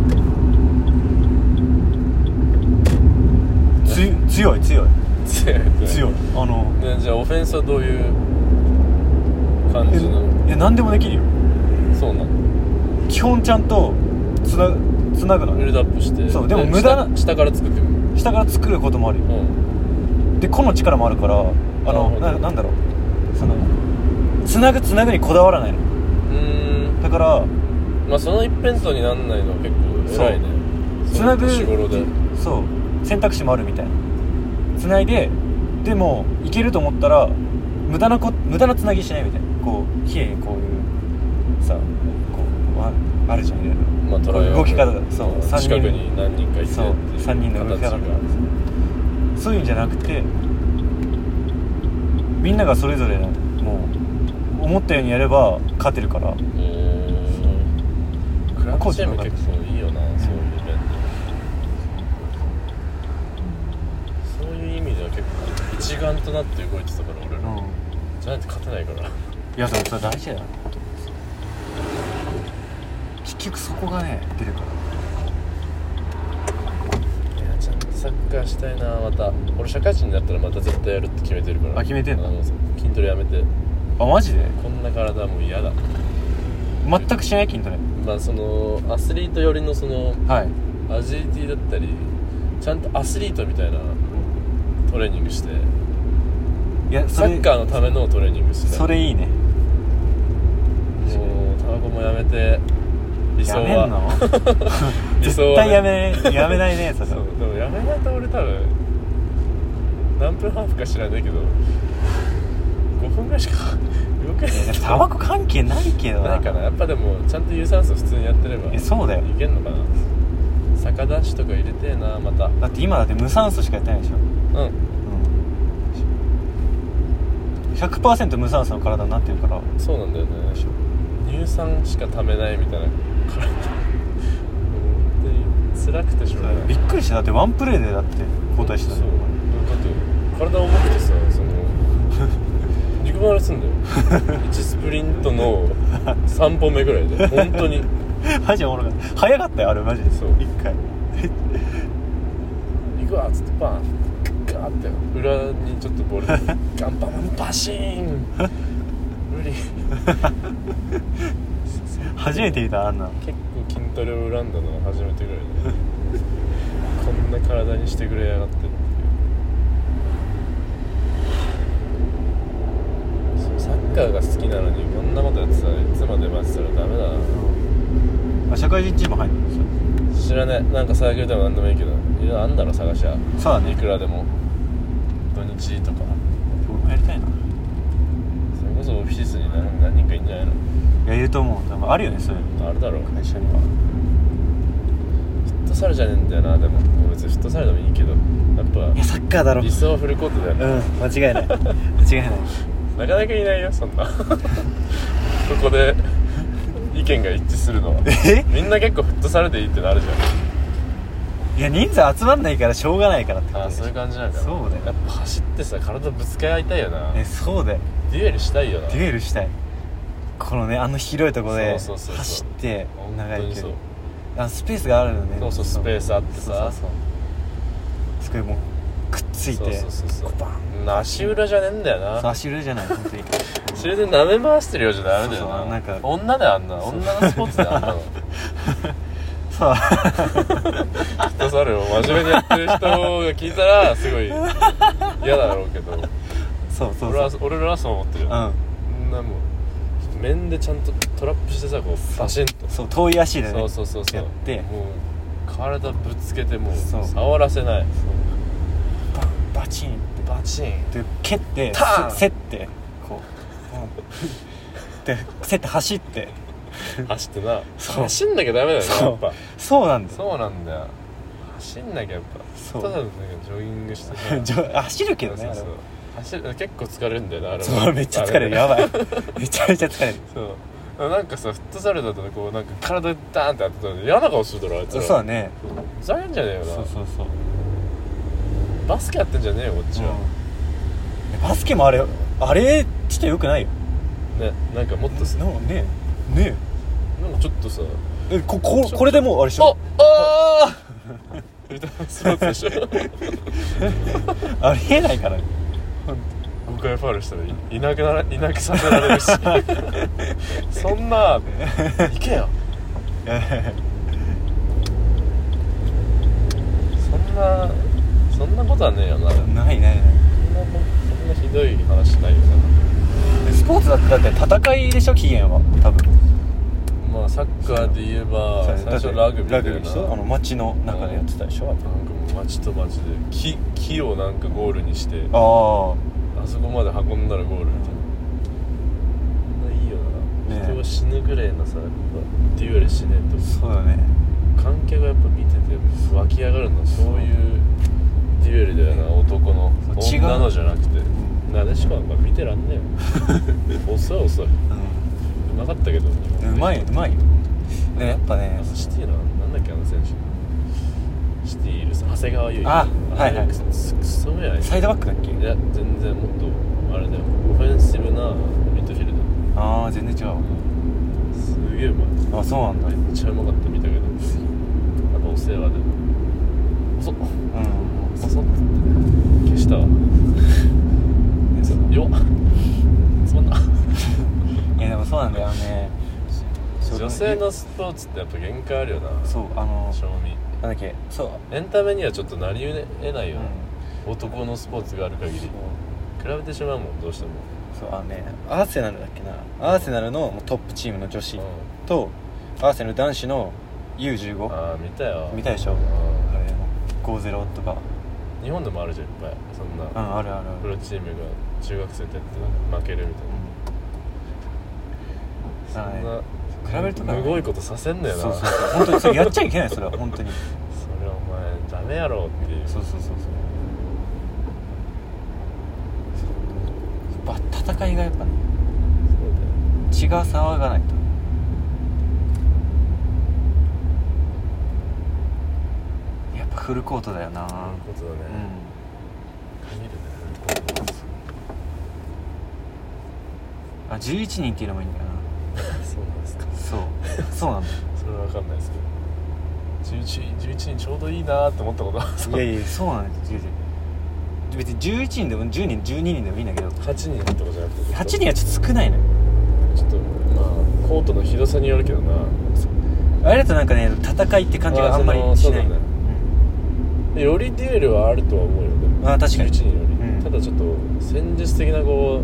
S1: つ強い強い
S2: 強い
S1: 強いあの
S2: でじゃあオフェンスはどういう感じの
S1: えいや何でもできるよ
S2: そうなの
S1: 基本ちゃんとつなつなぐの
S2: ビルドアップして
S1: そうでも無駄な
S2: 下下から作ってくる
S1: 下から作ることもあるよ
S2: うん
S1: で個の力もあるからあ
S2: なる
S1: の
S2: ほど
S1: ななんだろうそのつなぐつなぐにこだわらないの
S2: うーん
S1: だから
S2: まあその一辺倒になんないのは結構偉いね
S1: つなぐ
S2: その年頃で
S1: そう選択肢もあるみたいなつないででもいけると思ったら無駄なこ無駄なつなぎしないみたいなこう綺麗にこういうさこうああるじゃんいろいろ
S2: まあ、トライアル
S1: 動き方そう三人
S2: 近くに何人かいてって
S1: そう
S2: いう
S1: 3人の動き
S2: 形が
S1: 方とかそういうんじゃなくてみんながそれぞれのもう思ったようにやれば勝てるから
S2: えークラブチーム
S1: コーチの方
S2: 結構いいよなそういうイベントそういう意味では結構一丸となって動いてたから俺ら、
S1: うん
S2: じゃないと勝てないから
S1: いやでもそれ大事だよ結局そこがね出るから
S2: いやちゃんとサッカーしたいなまた俺社会人になったらまた絶対やるって決めてるから
S1: あ決めてんの
S2: の筋トレやめて
S1: あマジで
S2: こんな体はもう嫌だ
S1: 全くしない筋トレ
S2: まあそのアスリート寄りのその
S1: はい
S2: アジリティだったりちゃんとアスリートみたいなトレーニングして
S1: いやそ
S2: サ
S1: れ
S2: ッカーのためのトレーニングして
S1: それいいね
S2: もうタバコもやめて理想
S1: やめんの
S2: は理想
S1: 絶
S2: は
S1: 対
S2: ね
S1: やめやめないねそれ
S2: そうでもやめないと俺多分何分ハーフか知らないけど5分ぐらいしか 動けない
S1: タバコ関係ないけど
S2: ないかなやっぱでもちゃんと有酸素普通にやってれば
S1: えそうだよ
S2: いけんのかな酒ダッシュとか入れてえなまた
S1: だって今だって無酸素しかやってないでしょ、
S2: うん
S1: うん、100%無酸素の体になってるから
S2: そうなんだよね乳酸しかためないみたいな体本当に辛くてしょうがない
S1: びっくりしただってワンプレーでだって交代してた
S2: そう
S1: の
S2: だって体重くてさそ の肉離れすんだよ1スプリントの3本目ぐらいで本当に
S1: マジおもろかった早かったよあれマジで
S2: そう
S1: 一回
S2: 行くわっつってバンガーって裏にちょっとボールガンバンバシーン無理
S1: 初めて見たあんなの
S2: 結構筋トレを恨んだのは初めてぐらいで こんな体にしてくれやがってっていうそうサッカーが好きなのにこんなことやってたらいつまで待ってたらダメだな
S1: あ社会人チーム入ってるんです
S2: 知
S1: よ
S2: らねえなんかサークルでも何でもいいけどいろいろあんだろ探しゃ
S1: そうだね
S2: いくらでも土日とか
S1: 俺もやりたいな
S2: それこそオフィスに何何人かいんじゃないの
S1: いやいると思う多分あるよねそういうの
S2: あれだろうフ
S1: 会社には
S2: ットサルじゃねえんだよなでも別にフットサルでもいいけどやっ
S1: いやサッカーだ
S2: ぱ
S1: ろ
S2: 理想はフルコートだよね
S1: う ん間違いない間違いない
S2: なかなかいないよそんなここで意見が一致するのは
S1: え
S2: みんな結構フットサルでいいってなるじゃ
S1: いや人数集まんないからしょうがないからってこ
S2: んああ
S1: とでしょ
S2: そういう感じなんだ
S1: そうだよ
S2: やっぱ走ってさ体ぶつけ合いたいよな
S1: ねそうだよ
S2: デュエルしたいよな
S1: デュエルしたいこのねあの広いところで
S2: そうそうそうそう
S1: 走って
S2: 本
S1: 長
S2: 当
S1: い
S2: に
S1: 距
S2: そう
S1: 離あのスペースがあるよね
S2: そうそうスペースあって
S1: そう
S2: さ
S1: そうそうすごいもうくっついて
S2: そうそうそう
S1: こうバ
S2: そう足裏じゃねえんだよ
S1: そう
S2: な
S1: 足裏じ ゃない本当に
S2: それで舐め回してるようじゃダメだよ
S1: そうそうなんか
S2: な女だよあんな
S1: そう
S2: 女のスポーツだよあんなの
S1: そう
S2: フットサルを真面目にやってる人が聞いたらすごい嫌だろうけど
S1: そうそう
S2: 俺
S1: そう
S2: は俺らはそう思ってるよ
S1: うん
S2: そんなもう面でちゃんとトラップしてさこうパシンと
S1: そう遠い足でね
S2: そうそうそうそう
S1: やって
S2: もう体ぶつけてもう
S1: そう
S2: 触らせない
S1: バンバチンって
S2: バチン
S1: で蹴って
S2: ターン
S1: せ競ってこう、 うん、で競って走って
S2: 走ってな
S1: そう
S2: 走んなきゃダメだよな
S1: そう
S2: やっぱ
S1: そうなんだよ
S2: そうなんだよ走んなきゃやっぱ
S1: そう
S2: ただなんかジョギングして
S1: じ
S2: さ
S1: ゃあ走るけどね
S2: そうそう走る結構疲れるんだよなあれ
S1: あれそうめっちゃ 疲れるや
S2: い
S1: ばいめちゃめちゃ疲れる
S2: そうなんかさフットサルだとこうなんか体ダーンって当てたら嫌な顔するだろあいつ
S1: そ
S2: ら
S1: うだね
S2: そうふざけんじゃねえよな
S1: そうそうそう
S2: バスケやってんじゃねえよこっちは、
S1: うんバスケもあれあれちょっとよくないよ
S2: ねなんかもっとさ
S1: なんかねね
S2: なんかちょっとさ
S1: えこここれでもうあれでし
S2: あ
S1: ょ
S2: ああみたいなスポーツでし ょ
S1: ありえないからね
S2: 5回ファウルしたらいいなくならいなくさせられる しそんな行けよそんなそんなことはねえよなそんな
S1: ないないない
S2: そんなひどい話ないよ
S1: スポーツだってだって戦いでしょ起源は多分
S2: なまあサッカーで言えば最初ラグビーだ
S1: ラ
S2: よな
S1: グビーでしょあの街の中でやってたでしょ、
S2: なんかもう街と街で木木をなんかゴールにしてあ
S1: あ
S2: そこまで運んだらゴールみたいなそんないいよな、
S1: ねえ
S2: 人が死ぬぐらいのさやっぱデュエルしねえと
S1: あそうだね
S2: 観客がやっぱ見てて湧き上がるのはそういうデュエルだよな男の
S1: そう違う
S2: 女のじゃなくて
S1: ん
S2: なでしこなんか見てらんね えよ遅い遅いうまかったけど
S1: うんうまいうまいよでもやっぱね
S2: シティのなんだっけあの選手シティいるさ長谷川優衣
S1: あはいはい
S2: あれくすくそめない
S1: サイドバックだっけ
S2: いや全然もっとあれだよオフェンシブなミッドフィルダー
S1: ああ全然違う
S2: すげえうまい
S1: あそうなんだ
S2: めっちゃうまかった見たけどやっぱお世話で遅っ
S1: うん
S2: 遅っ消したわよっつまんない
S1: やでもそうなんだよあのね
S2: 女性のスポーツってやっぱ限界あるよな
S1: そうあの
S2: 賞味
S1: なんだっけそう
S2: エンタメにはちょっとなり得ないよな、
S1: う
S2: 男のスポーツがある限り比べてしまうもんどうしても
S1: そうあのねアーセナルだっけなアーセナルのトップチームの女子
S2: うん
S1: とアーセナル男子の U15
S2: ああ見たよ
S1: 見たでしょ
S2: うん
S1: あれの5-0とか
S2: 日本でもあるじゃんいっぱいそん
S1: う
S2: なん
S1: あるあるあ
S2: プ
S1: る
S2: ロチームが中学生とやって負けるみたい
S1: だか
S2: な、
S1: ら
S2: そ
S1: ね
S2: ん
S1: 比
S2: な
S1: べるとかね
S2: むごいことさせんなよな
S1: そうそうそう本当にそれやっちゃいけないそれは本当に
S2: それお前ダメやろっていう
S1: そうそうそうそうば戦いがやっぱね
S2: そうだよ
S1: 血が騒がないとやっぱフルコートだよな
S2: そういうことだね、
S1: う
S2: 限るね
S1: んあ11人っていうのもいいんだよ
S2: そうなんですか
S1: なそうそうなんだ
S2: それは分かんないですけど 11, 11人ちょうどいいなーって思ったことはその
S1: いやそうなんだよ11別に11人でも10人12人でもいいんだけど
S2: 8人ってことじゃなくて
S1: 8人はちょっと少ないのよ
S2: ちょっとまあコートの広さによるけどな
S1: あれだとなんかね戦いって感じがあんまり
S2: あーそ
S1: し
S2: の
S1: ない
S2: そうだねでよりデュエルはあるとは思うよでも
S1: あー確かに
S2: 11人より、
S1: うん
S2: ただちょっと戦術的なこう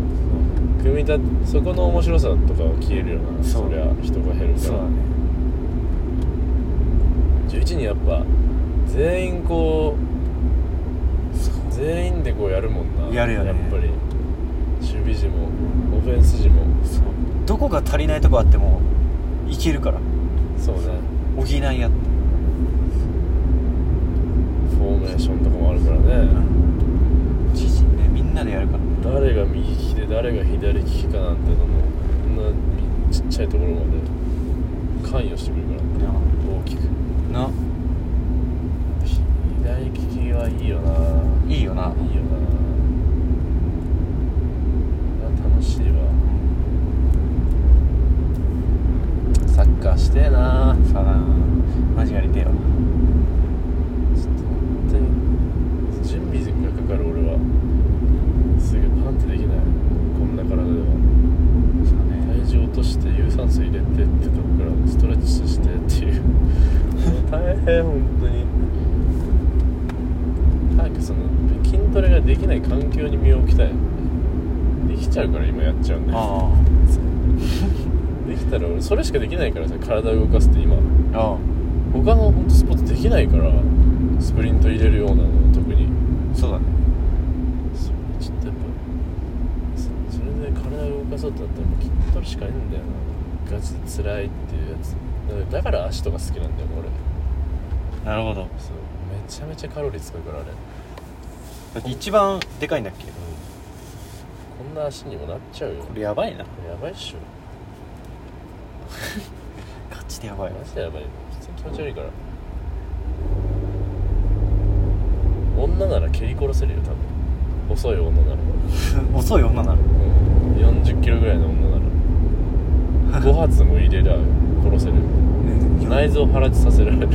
S2: 組み立てそこの面白さとかは消えるよな
S1: そう
S2: りゃ人が減るか
S1: そう
S2: ら
S1: だね
S2: 11人やっぱ全員こ
S1: そう
S2: 全員でこうやるもんな
S1: やるよね
S2: やっぱり守備時もオフェンス時も
S1: そうどこが足りないとこあってもいけるから
S2: そうね
S1: 補い合って
S2: フォーメーションとかもあるからね
S1: 自陣ねみんなでやるからね
S2: 誰が右利きで誰が左利きかなんてのもそんなちっちゃいところまで関与してくるから大きく
S1: な
S2: 左利きはいいよない
S1: いよない
S2: いよなあ楽しいわサッカーしてえな
S1: さあなマジやりてえわ
S2: ちょっと本当に準備時間かかる俺はすぐパンってできないこんな体では
S1: そうだね
S2: 体重落として有酸素入れてってとこからストレッチしてっていうもう大変本当に早くその筋トレができない環境に身を置きたいできちゃうから今やっちゃうんだよ
S1: あ
S2: できたら俺それしかできないからさ体を動かすって今
S1: あああ
S2: 他の本当スポーツできないからスプリント入れるようなのは特に
S1: そうだね
S2: それちょっとやっぱそそれで体を動かそうとなったらもう筋トレしかないんだよなガチで辛いっていうやつだからだから足とか好きなんだよ俺
S1: なるほど
S2: そうめちゃめちゃカロリー使うからあれ、うん、
S1: だって一番でかいんだっけ
S2: こんな足にもなっちゃうよ
S1: これやばいな
S2: これやばいっしょ
S1: ガチでやばいわ
S2: マジでやばいよ普通に気持ち悪いから女なら蹴り殺せるよ多分細い女なら
S1: 遅い女なの
S2: うん40キロぐらいの女なら5発も入れりゃ殺せる内臓破裂させられる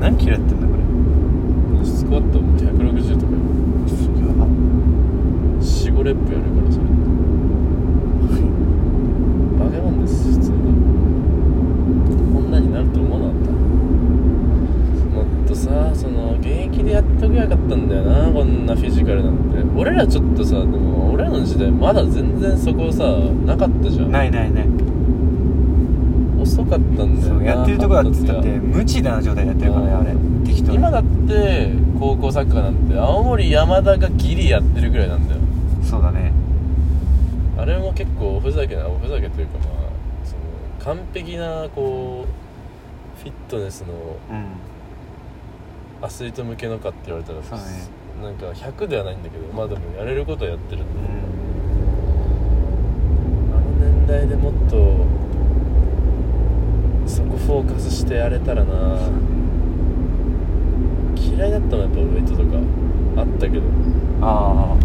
S1: 何キロやってんだこれ
S2: スクワットも160とか
S1: やば
S2: 45レップやるからそれバケモンです普通にこんなになると思わなかったもっとさその現役でやっておけばよかったんだよなこんなフィジカルなんて俺らちょっとさでも俺らの時代まだ全然そこさなかったじゃん
S1: ないないない
S2: 遅かったんだよな
S1: そうやってるとこだってだって
S2: 発達が
S1: 無知な状態でやってるからねあれ適当に
S2: 今だって高校サッカーなんて青森山田がギリやってるぐらいなんだよ
S1: そうだね
S2: あれも結構おふざけなおふざけというかまあその完璧なこうフィットネスの
S1: うん
S2: アスリート向けのかって言われたら
S1: そうね
S2: なんか100ではないんだけどまあでもやれることはやってるんであの年代でもっとそこフォーカスしてやれたらな嫌いだったのはやっぱウェイトとかあったけど
S1: ああ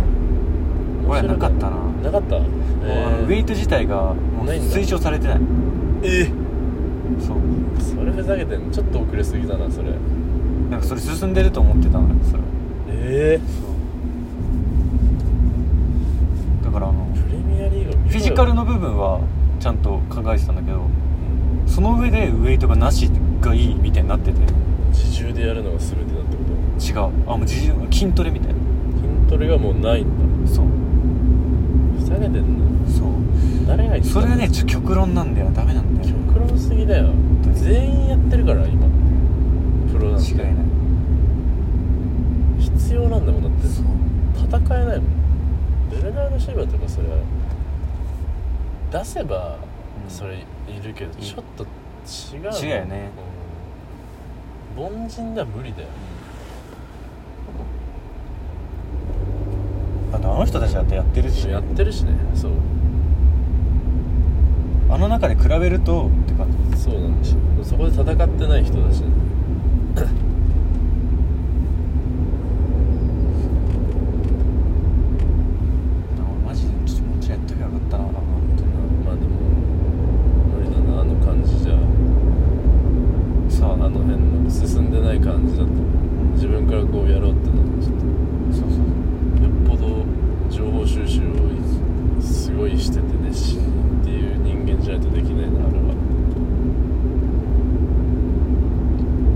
S1: 俺はなかったな
S2: 面白いなかった、
S1: もうあのウェイト自体がもう
S2: ないんだ
S1: 推奨されてない
S2: え
S1: そう
S2: それふざけてんのちょっと遅れすぎだなそれ
S1: なんかそれ進んでると思ってたのよそれ
S2: ええ
S1: だからあの
S2: プレミアリーグ見ろよ
S1: フィジカルの部分はちゃんと考えてたんだけどその上でウェイトがなしがいいみたいになってて違う
S2: 自重でやるのが全てだってこ
S1: あもう自重筋トレみたいな
S2: と筋トレがもうないん
S1: そう
S2: だふざけてんの
S1: そう
S2: 誰が言って
S1: それがねちょ極論なんだよダメなんだよ
S2: 極論すぎだよ全員やってるから今プロなんて
S1: 違いない
S2: 必要なんだもんだって
S1: そう
S2: 戦えないもんベルナード・シルバとかそれ出せば
S1: うん
S2: それいるけど、
S1: ん
S2: ちょっと違うもん
S1: 違うよね、
S2: うん凡人では無理だよ
S1: だってあの人たちだってやってるし
S2: やってるしねそう
S1: あの中で比べるとって感じ
S2: そうなんですよそこで戦ってない人だし
S1: 俺マジでちょっともうちょいやっときゃよかったな多分
S2: まあでも無理だなあの感じじゃ
S1: さ
S2: あ
S1: あ
S2: の辺の進んでない感じだと自分からこうやろうってなってちょっと
S1: そうそう
S2: よっぽど情報収集をすごいしてて熱心にっていう人間じゃないとできないなあれは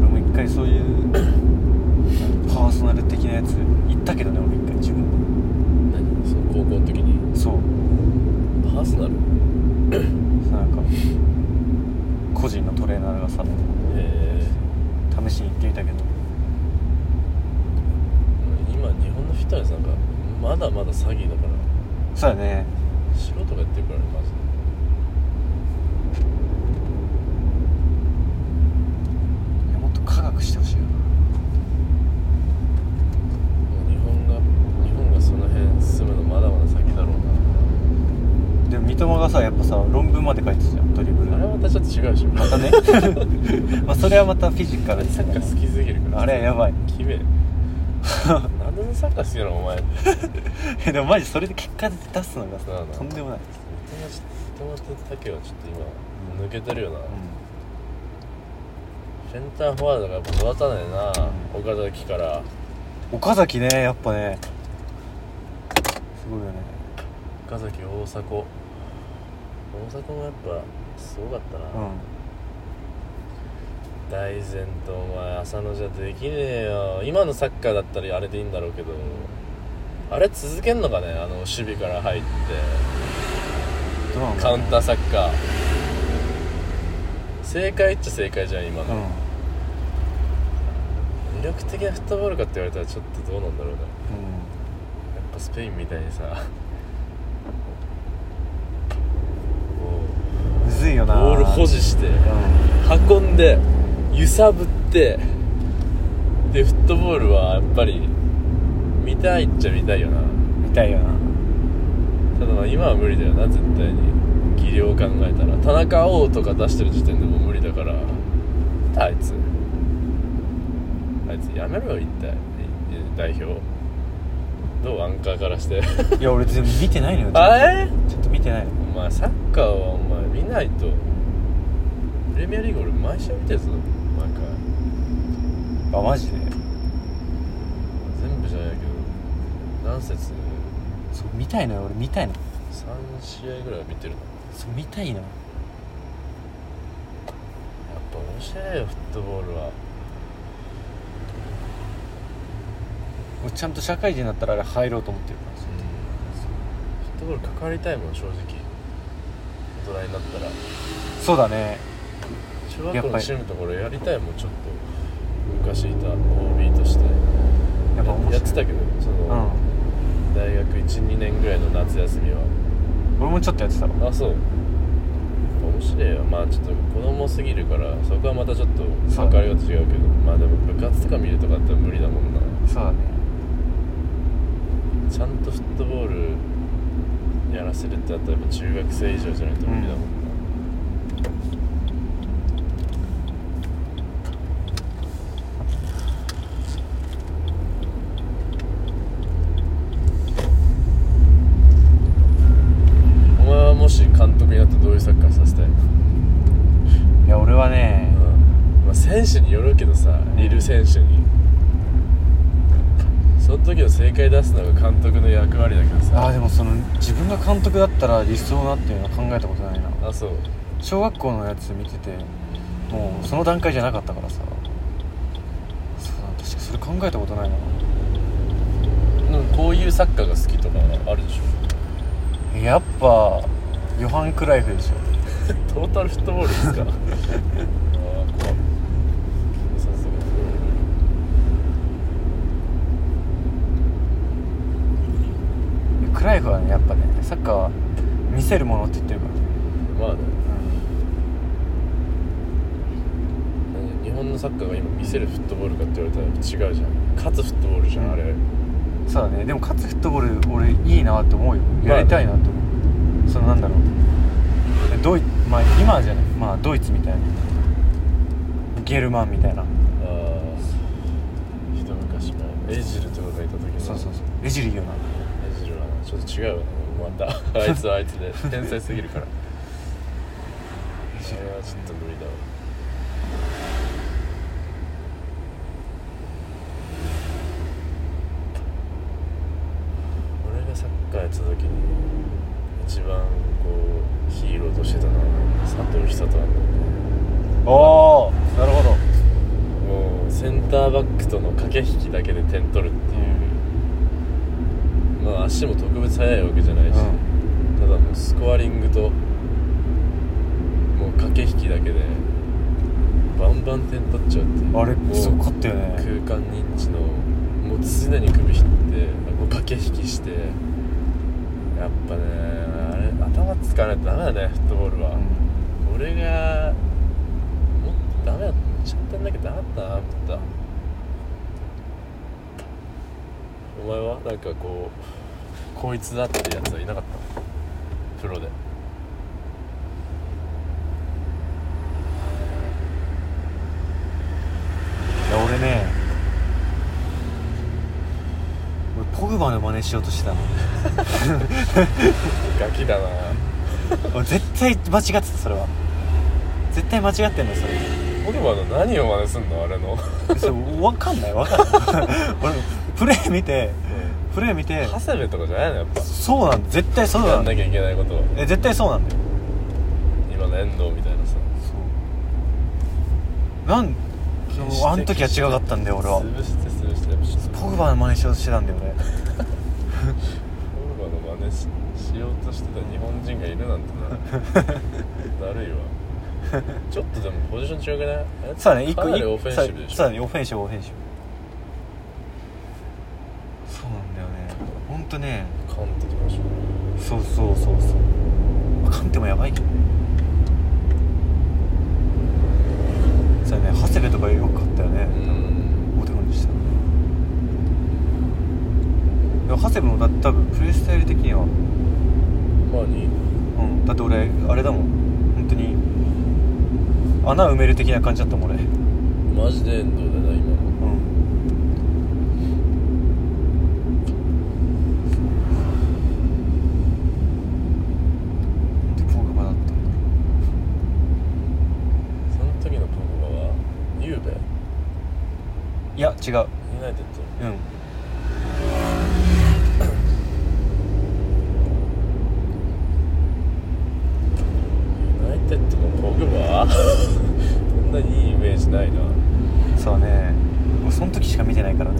S1: 俺も一回そういう パーソナル的なやつ行ったけどね俺一回自分
S2: 何その高校の時に
S1: でそう
S2: パーソナル
S1: なんか個人のトレーナーがさ
S2: え
S1: 試しに行ってみたけど
S2: え今日本のフィットネスなんかまだまだ詐欺だから
S1: そうやね
S2: 素人がやってるからねマジで
S1: いやもっと科学してほしいよ
S2: もう日本が日本がその辺進むのまだまだ先だろうな
S1: なでも三笘がさやっぱさ論文まで書いてたじゃんドリブル
S2: 違うでしょ
S1: またね まあそれはまたフィジカルです
S2: サッカー
S1: ね
S2: 好きすぎるから
S1: あれはやばい
S2: きめえなんでサッカー好きなのお前
S1: でもマジそれで結果出すのが
S2: そうだな
S1: とんでもない、
S2: 友達だけはちょっと今抜けてるよな、
S1: う
S2: センターフォワードがやっぱ育たないな、岡崎から
S1: ん、岡崎ねやっぱねすごいよね
S2: 岡崎大迫大迫もやっぱすごかったな、
S1: う
S2: 大然とお前浅野じゃできねえよ今のサッカーだったらあれでいいんだろうけどあれ続けんのかねあの守備から入って
S1: んどうなんだ
S2: カ
S1: ろ
S2: ウ
S1: う
S2: ン
S1: ね
S2: ターサッカー正解っちゃ正解じゃん今の、
S1: うん
S2: 魅力的なフットボールかって言われたらちょっとどうなんだろうなや
S1: う
S2: っぱスペインみたいにさこ
S1: んむずいよ
S2: うボ
S1: な
S2: ール保持して
S1: う
S2: 運んで揺さぶってでフットボールはやっぱり見たいっちゃ見たいよなん
S1: 見たいよな
S2: ただまあ今は無理だよな絶対に技量を考えたら田中碧とか出してる時点でもう無理だからあいつあいつやめろよ一体い代表どうアンカーからして
S1: いや俺全部見てないのよ
S2: あれ
S1: ちょっと見てないの
S2: お前サッカーはお前見ないとプレミアリーグ俺毎週見てるぞ毎回
S1: あマジで
S2: 全部じゃないけど何節
S1: そう見たいのよ俺見たいの
S2: 3試合ぐらいは見てるの
S1: そう見たいの
S2: やっぱ面白いよフットボールは
S1: 俺ちゃんと社会人になったらあれ入ろうと思ってるか
S2: フットボール関わりたいもん正直大人になったら
S1: らそうだね
S2: 小学
S1: や
S2: 校
S1: っ
S2: の
S1: ぱり
S2: チームところやりたいもんちょっと昔いた OB として
S1: やっぱ面白い
S2: やってたけどその、大学12年ぐらいの夏休みは
S1: うん俺もちょっとやってたわ
S2: あそうやっぱ面白いよまあちょっと子供すぎるからそこはまたちょっと
S1: そう
S2: 分かりが違うけどまあでも部活とか見るとかだったら無理だもんな
S1: そうだね
S2: ちゃんとフットボールやらせるってなったらやっぱ中学生以上じゃないと無理だもんな、お前はもし監督になってどういうサッカーさせたいの、
S1: いや俺はね
S2: まあ、選手によるけどさいる選手にその時の正解出すのが監督の役割だけど
S1: ああ
S2: さ
S1: でもその自分が監督だったら理想なっていうのは考えたことないな
S2: あそう
S1: 小学校のやつ見ててもうその段階じゃなかったからさそうだ確かそれ考えたことないな
S2: でもこういうサッカーが好きとかあるでしょ
S1: やっぱヨハン・クライフでしょ
S2: トータルフットボールです かああ怖いさすが
S1: クライフはねやっぱねサッカーは見せるものって言ってるからね、
S2: まあね何日本のサッカーが今見せるフットボールかって言われたら違うじゃん勝つフットボールじゃん、
S1: うん
S2: あれ
S1: そうだねでも勝つフットボール俺いいなって思うよ
S2: まあ
S1: やりたいなって思う、そのなんだろうドイまあ今はじゃないまあドイツみたいなゲルマンみたいな
S2: ああ一昔前エジルとかがいた時の
S1: そうそうそうレジリーよな
S2: エジルはなちょっと 違うよなまたあいつはあいつで天才すぎるからそれはちょっと無理だわ俺がサッカーやってた時に一番こうヒーローとしてたのは佐藤久人なんだよね
S1: おおなるほど
S2: もうセンターバックとの駆け引きだけで点取るっていう、まあ足も特別速いわけじゃないし、ただもうスコアリングともう駆け引きだけでバンバン点取っちゃうっていう
S1: あれ
S2: もう
S1: すごかったよ
S2: 空
S1: ね
S2: 間認知のもう常に首引ってこう駆け引きしてやっぱねあれ頭使わないとダメだねフットボールは、俺がもっとダメだったちゃったんだけどダメだったな思ったお前はなんかこうこいつだってやつはいなかったのプロで
S1: いバーの真似しようとしてたもん
S2: ガキだな
S1: 俺絶対間違ってたそれは絶対間違ってんのそれ
S2: オリバーの何を真似すんのあれ の
S1: それ分かんない分かんない俺プレー見てプレー見て
S2: 長谷部とかじゃないのやっぱ
S1: そうなんだ絶対そう
S2: や
S1: なんんだ
S2: なきゃいけないことを
S1: え絶対そうなんだよ
S2: 今の遠藤みたいなさ
S1: そうなんそうあの時は違かったんだよ俺は
S2: 潰して潰してやっぱちょっと
S1: ポグバの真似しようとしてたんだよ俺
S2: オルバの真似ししようとしてた日本人がいるなんてなだるいわ ちょっとでもポジション違くないえ
S1: そうだね一個
S2: かなりオフェンシブでしょ
S1: そうだねオフェンシブオフェンシブそうなんだよねほんとね
S2: カントとかでしょ
S1: そうそうそうそうカンテもやばいけどねそうだね長谷部とかよかったよね、
S2: うん
S1: 大手本でしたでも長谷部もだ多分プレースタイル的には
S2: まあに
S1: うんだって俺あれだもん本当に穴埋める的な感じだったもん俺
S2: マジで遠藤だな今の
S1: うんでポグバだったん
S2: その時のポグバはゆうべユ
S1: だいや違う
S2: ナイテッ
S1: うん
S2: ドユナイテッドのポグバそんなにいいイメージないな
S1: そうねもうその時しか見てないからね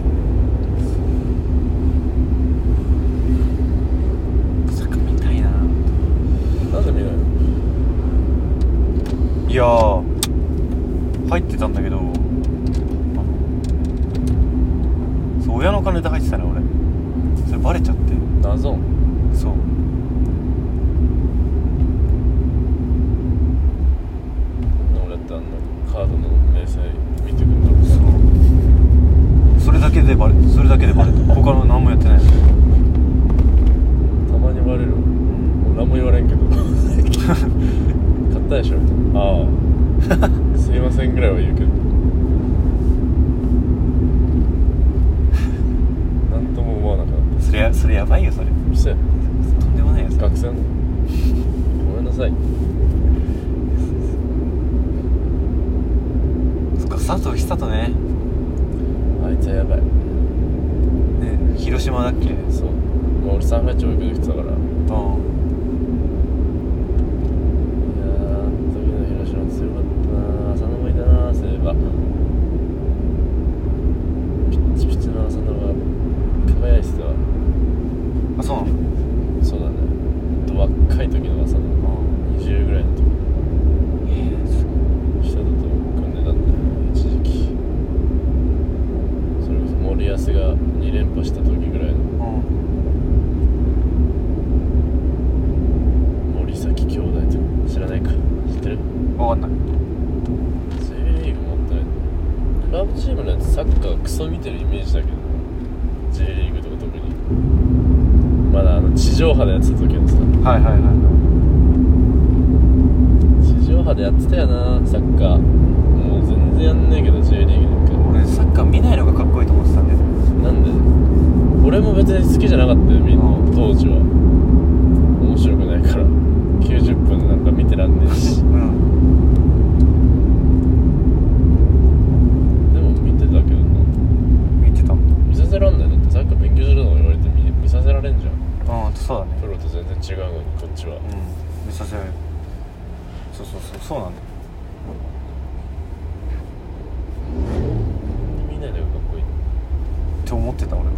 S1: サッカー見たいな
S2: なんで見ないの
S1: いやー入ってたんだけどあのそう親の金で入ってたね俺それバレちゃって
S2: 謎
S1: そう
S2: 俺ってあんなカードの明細見てくんだろう
S1: そうそれだけでバレそれだけで バレた他の何もやってない、
S2: たまにバレるわも
S1: うん
S2: う何も言われんけど買ったでしょみたいなああすいませんぐらいは言うけどなんとも思わなくなっ
S1: それやそれやばいよそれ
S2: たうるせえ
S1: とんでもないやつ
S2: 学生なのごめんなさい
S1: そっか佐藤久人ね
S2: あいつはやばい
S1: ね広島だっけうん
S2: そう、まあ、俺三回中学で来てたからいやーあの時の広島強かったな浅野もいたなそういえばピッチピチの浅野が輝いてたわ
S1: あそうなの
S2: そうだねほんと若い時の浅野20ぐらいの時
S1: えーすごい
S2: 下だと組んでたんだよね一時期それこそ森保が2連覇した時ぐらいの
S1: うん
S2: 森崎兄弟とか知らないか知ってる
S1: 分かんない
S2: J リーグ持ってないクラブチームのやつサッカークソ見てるイメージだけど J リーグとか特にまだあの地上波でやってた時のさ
S1: はいはいはいは
S2: 地上波でやってたよなサッカーもう全然やんねえけど J リーグなんか
S1: い俺サッカー見ないのがかっこいいと思ってたんだよ
S2: なんで俺も別に好きじゃなかったよみんな
S1: うん
S2: 当時は面白くないから90分なんか見てらんねえ しで
S1: うん
S2: も見てたけどな
S1: 見てたうん
S2: 見させらんないだってサッカー勉強しろとか言われて見見させられんじゃん
S1: そうだね
S2: プロと全然違うのにこっちは
S1: うん見させられるそうそうそうそうなんだよ
S2: 見ないでがかっこいい
S1: って思ってた俺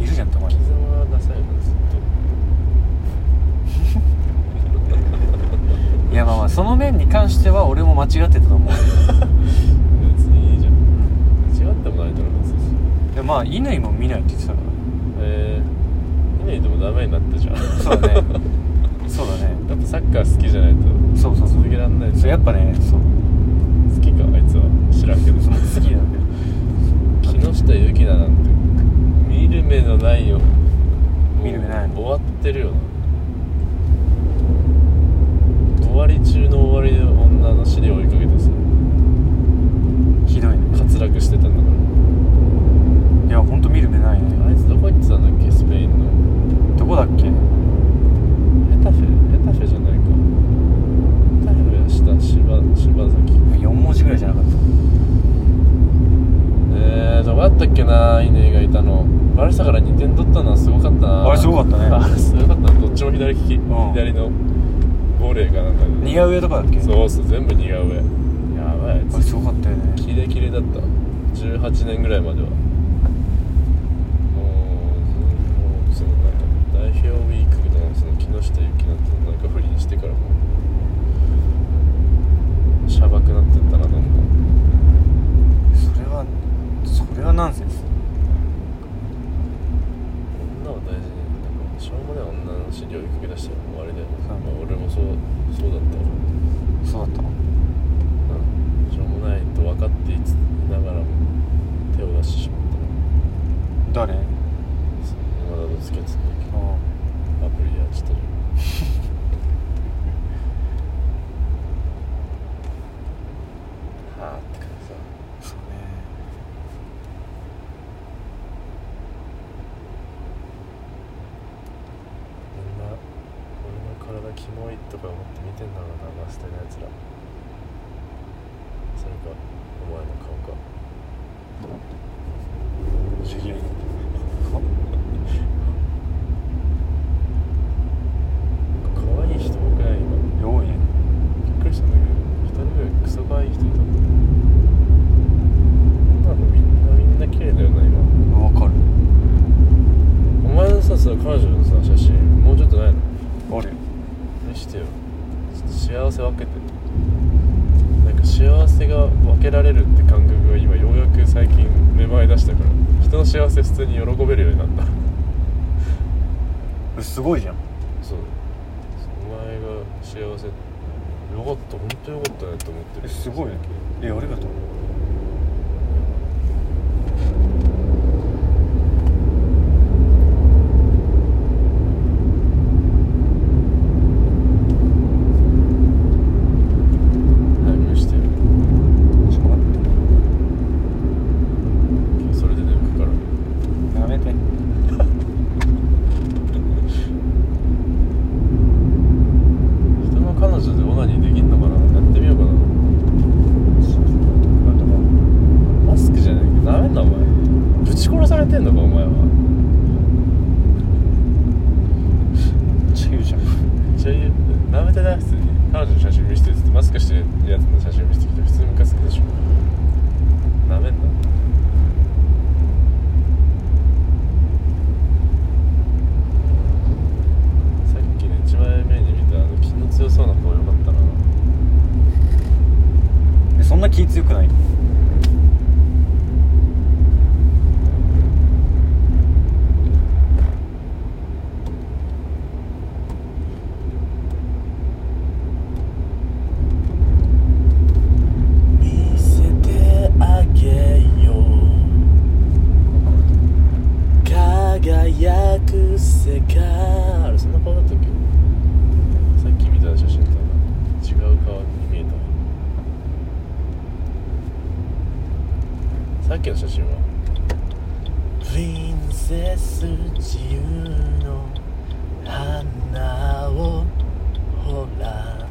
S1: いるじゃんたまに
S2: 傷はダサいよなずっ
S1: いやまあまあその面に関しては俺も間違ってたと思う
S2: と別にいいじゃん違ってもないと思うし
S1: でまあ乾も見ないって言ってたか
S2: えー、見ないともダメになったじゃん
S1: らそうだねそうだね
S2: やっぱサッカー好きじゃないと
S1: そうそうそう
S2: 続けらんない
S1: そうやっぱねそう
S2: 好きかあいつは知らんけど
S1: その好きなんだよ
S2: 木下ゆきななんて見る目のないよもう
S1: 見る目ない
S2: 終わってるよな終わり中の終わりで女の尻を追いかけてさ
S1: ひどいね
S2: 滑落してたんだか
S1: いやほんと見る目ないね
S2: らあいつどこ行ってたんだっけないねがいたのバルサから2点取ったのはすごかったな
S1: あれすごかったね
S2: あれすごかったなどっちも左利き、
S1: ん
S2: 左のボレーかなんかで
S1: 似合う上とかだっけ
S2: そうそう全部似合う上やばいあい
S1: あれ
S2: つ
S1: すごかったよね
S2: キレキレだった18年ぐらいまではもうもうそのなんか代表ウィークのその木下ゆきなんてなんか不倫してからもうしゃばくなってったなどんどん
S1: それはそれはナンセンス
S2: 女を大事になんかしょうもない女の資料に駆け出したらもう終わりだよ、
S1: そう
S2: まあ、俺もそうそうだったわ
S1: そうだったの
S2: うんしょうもないと分かっていつながらも手を出してしまった
S1: 誰あ
S2: そう今だとつけつけ
S1: あ
S2: アプリやちょっとはあって感じだ
S1: そうね
S2: みんな俺の体キモいとか思って見てんだろうなバス停のやつらそれかお前の顔か
S1: シェキリ
S2: 可愛い人多くない今
S1: 多いね
S2: びっくりしたんだけど2人ぐらいクソ可愛い人いたの女の子みんなみんな綺麗だよな今
S1: わかる
S2: お前のささ彼女のさ写真もうちょっとないの
S1: あるよ
S2: 見してよちょっと幸せ分けてなんか幸せが分けられるって感覚が今ようやく最近芽生え出したから人の幸せ普通に喜べるようになった
S1: えすごいじゃん
S2: そうお前が幸せよかった本当よかったねって思って
S1: え
S2: る
S1: すごいねえありがとう
S2: 早くしてよ
S1: ちょっと待っ
S2: 今日それで寝るから
S1: てやめて
S2: 人の彼女でオナニーできんのかなやってみようかなマスクじゃないけどなめんなお前ぶち殺されてんのかお前は
S1: 自由じゃん
S2: ちょいなめてない普通に彼女の写真見せてっつってマスクしてるやつの写真見せてきて普通にムカつくでしょなめんなさっきの1枚目に見たあの気の強そうな子よかったな
S1: えそんな気強くない
S2: 見せてあげよう輝く世界あれそんな顔だったっけさっき見た写真とは違う顔に見えたわさっきの写真はプリンセス自由の花をほら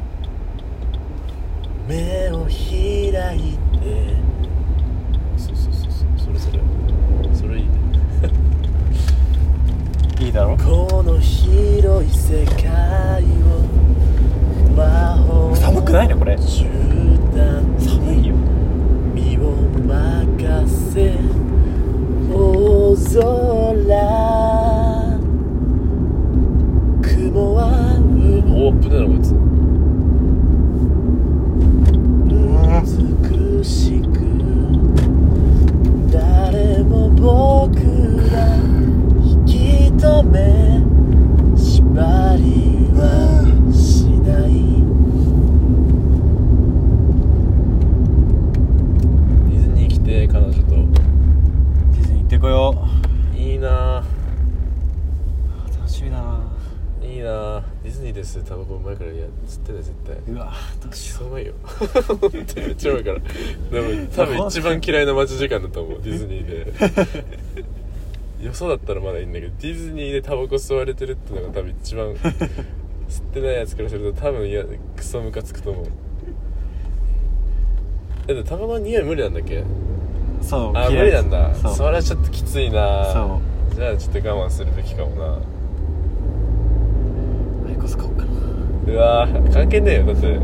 S2: 目を開いてそうそうそうそうそれそれそれいいね
S1: いいだろ
S2: この広い世界を魔法
S1: 寒くないねこれ
S2: 絨毯
S1: 寒いよ
S2: 身を任せ大空雲はおおっなのこいつ美しく誰も僕ら引き止め縛りはしないディズニー来て彼女と
S1: ディズニー行ってこよ
S2: いいな
S1: う楽しみだな
S2: ぁいいなぁディズニーですタバコうまいからいや吸ってね絶対
S1: うわどうしよ
S2: そうまいよ本当にめっちゃうまいからでも多分一番嫌いな待ち時間だと思うディズニーでよそだったらまだいいんだけどディズニーでタバコ吸われてるってのが多分一番吸ってないやつからすると多分いやクソムカつくと思うえでタバコの匂い無理なんだっけ
S1: う そう
S2: あ
S1: 嫌
S2: 無
S1: い
S2: 理なんだ
S1: そ
S2: そうれはちょっときついな
S1: そ
S2: じゃあちょっと我慢するべきかもな
S1: アイコス買おうかな
S2: うわー関係ねえよだって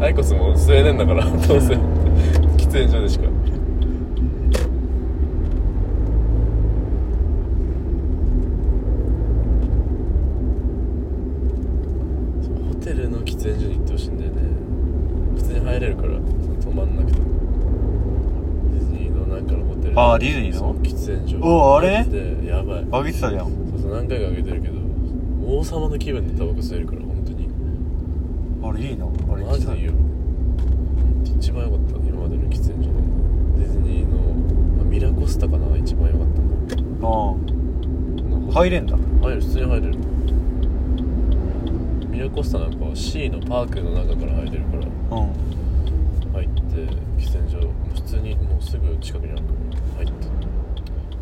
S2: アイコスも吸えねえんだからどうせ喫煙所でしかそうホテルの喫煙所に行ってほしいんだよね普通に入れるから泊まんなくてもディズニーのなんかのホテル
S1: あーディズニーの
S2: そう喫煙所
S1: おーあれ
S2: でやばい
S1: あげてたじゃん
S2: そうそう何回かあげてるけど王様の気分でタバコ吸えるから本当に
S1: あれいいなあれ
S2: マジでいいよ一番良かった今までの喫煙所でディズニーのあミラコスタかな一番良かっ
S1: あ
S2: たの
S1: あ入れんだ
S2: 入る普通に入れるミラコスタなんかは C のパークの中から入れるから
S1: うん
S2: 入って喫煙所普通にもうすぐ近くにあるから入って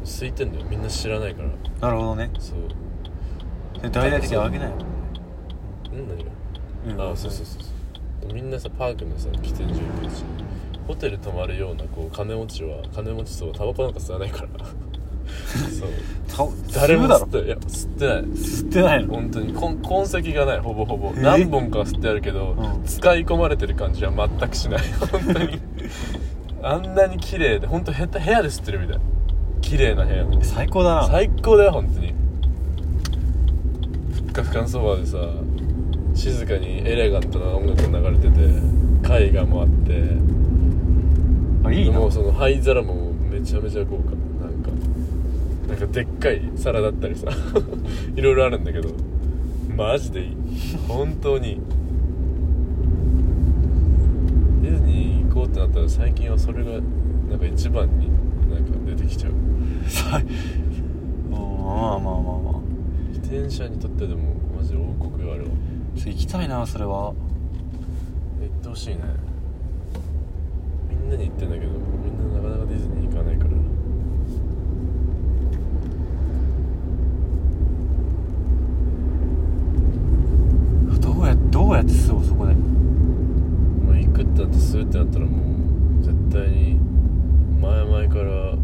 S2: 空いてんだよみんな知らないから
S1: なるほどね
S2: そう
S1: で大々的にあげないもんね
S2: うん何が
S1: うん
S2: あそうそうそうそうみんなさパークのさ喫煙所行くしホテル泊まるようなこう金持ちは金持ちそうタバコなんか吸わないから そう
S1: た
S2: 誰も
S1: 吸うだ
S2: 吸
S1: ろ
S2: っていや吸ってない
S1: 吸ってないの
S2: 本当にこん痕跡がないほぼほぼ
S1: え
S2: 何本かは吸ってあるけど、
S1: うん
S2: 使い込まれてる感じは全くし ない本当にあんなに綺麗で本当へた部屋で吸ってるみたい綺麗な部屋で
S1: 最高だな
S2: 最高だよ本当にふっかふかのソファーでさ静かにエレガントな音楽が流れてて絵画もあって
S1: あいいな
S2: もうその灰皿もめちゃめちゃ豪華なんかなんかでっかい皿だったりさ いろいろあるんだけどマジでいい本当にいいディズニー行こうってなったら最近はそれがなんか一番になんか出てきちゃう
S1: さうんまあまあまあまあ
S2: 自転車にとってでもマジで王国があるわ
S1: ちょ行きたいなそれは
S2: 行ってほしいねみんなに言ってんだけどみんななかなかディズニー行かないから
S1: どうやどうやって吸おうそこで
S2: まあ行くってなってするってなったらもう絶対に前々からね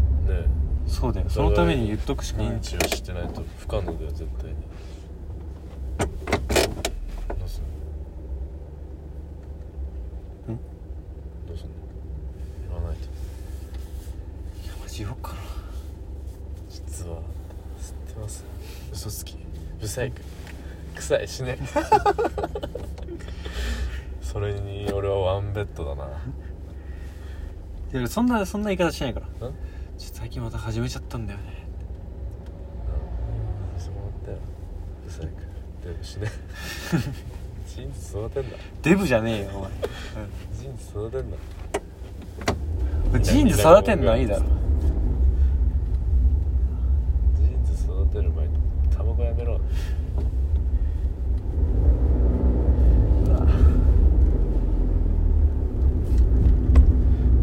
S1: そうだよそのために言っとくしかな
S2: 認
S1: い
S2: 知をしてないと不可能だよ絶対にどうすんの
S1: ん
S2: どうすんの言わないと
S1: マジよっかな
S2: 実は吸ってます嘘つき不細工臭いしねそれに俺はワンベッドだない
S1: やそんなそんな言い方しないからちょ
S2: ん
S1: っと最近また始めちゃったんだよね
S2: 座ってよ不細工でもしねジーンズ座ってんだ
S1: デブじゃねえよお前
S2: ジーンズ座ってんだ
S1: うんジーンズ育てんのはいいだろ
S2: ジーンズ育てる前にタバコやめろ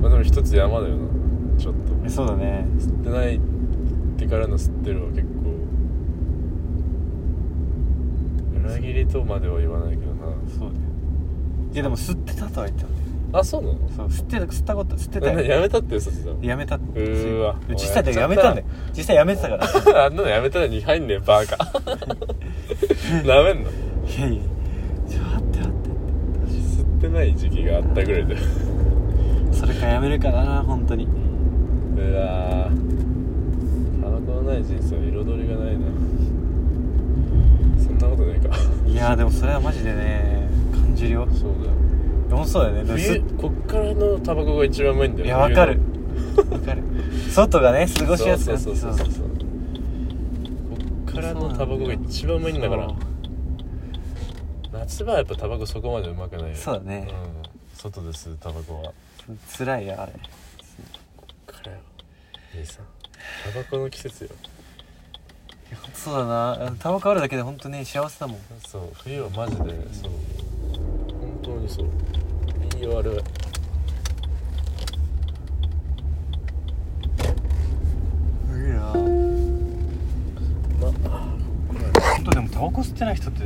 S2: まあでも一つ山だよなちょっと
S1: えそうだね
S2: 吸ってないってからの吸ってるは結構裏切りとまでは言わないけどな
S1: そうだよいやでも吸ってたとは言ってたんだよ
S2: あそうなの
S1: そう吸ってた吸ったこと吸ってた
S2: な
S1: よ
S2: やめたって嘘ついたの
S1: やめたう
S2: ーわ
S1: 実際でやめたんだよ実際やめてたから
S2: あんなのやめたらに入んねえバカ なめんの
S1: いやいやちょっと待って待って
S2: 吸ってない時期があったぐらいで
S1: それかやめるかな本当に
S2: うわータバコのない人生は彩りがないなそんなことないか
S1: いやでもそれはマジでね感じるよ
S2: そうだよ
S1: 本そうだよねでも
S2: 冬
S1: す
S2: こっからのタバコが一番うまいんだよ
S1: いやわかるわかる外がね過ごしやすくなって
S2: そうそうそうそうそうこっからのタバコが一番うまいんだから
S1: そう
S2: 夏場はやっぱタバコそこまでうまくないよ
S1: そうだね
S2: うん、外で吸うタバコはこ
S1: 辛いよあれ
S2: っからよ兄さんタバコの季節よ
S1: いやほんとそうだなタバコあるだけで本当ね幸せだもん
S2: そう冬はマジでそう本当にそう言い悪い
S1: いいな
S2: まあここまで
S1: 本当でもタバコ吸ってない人って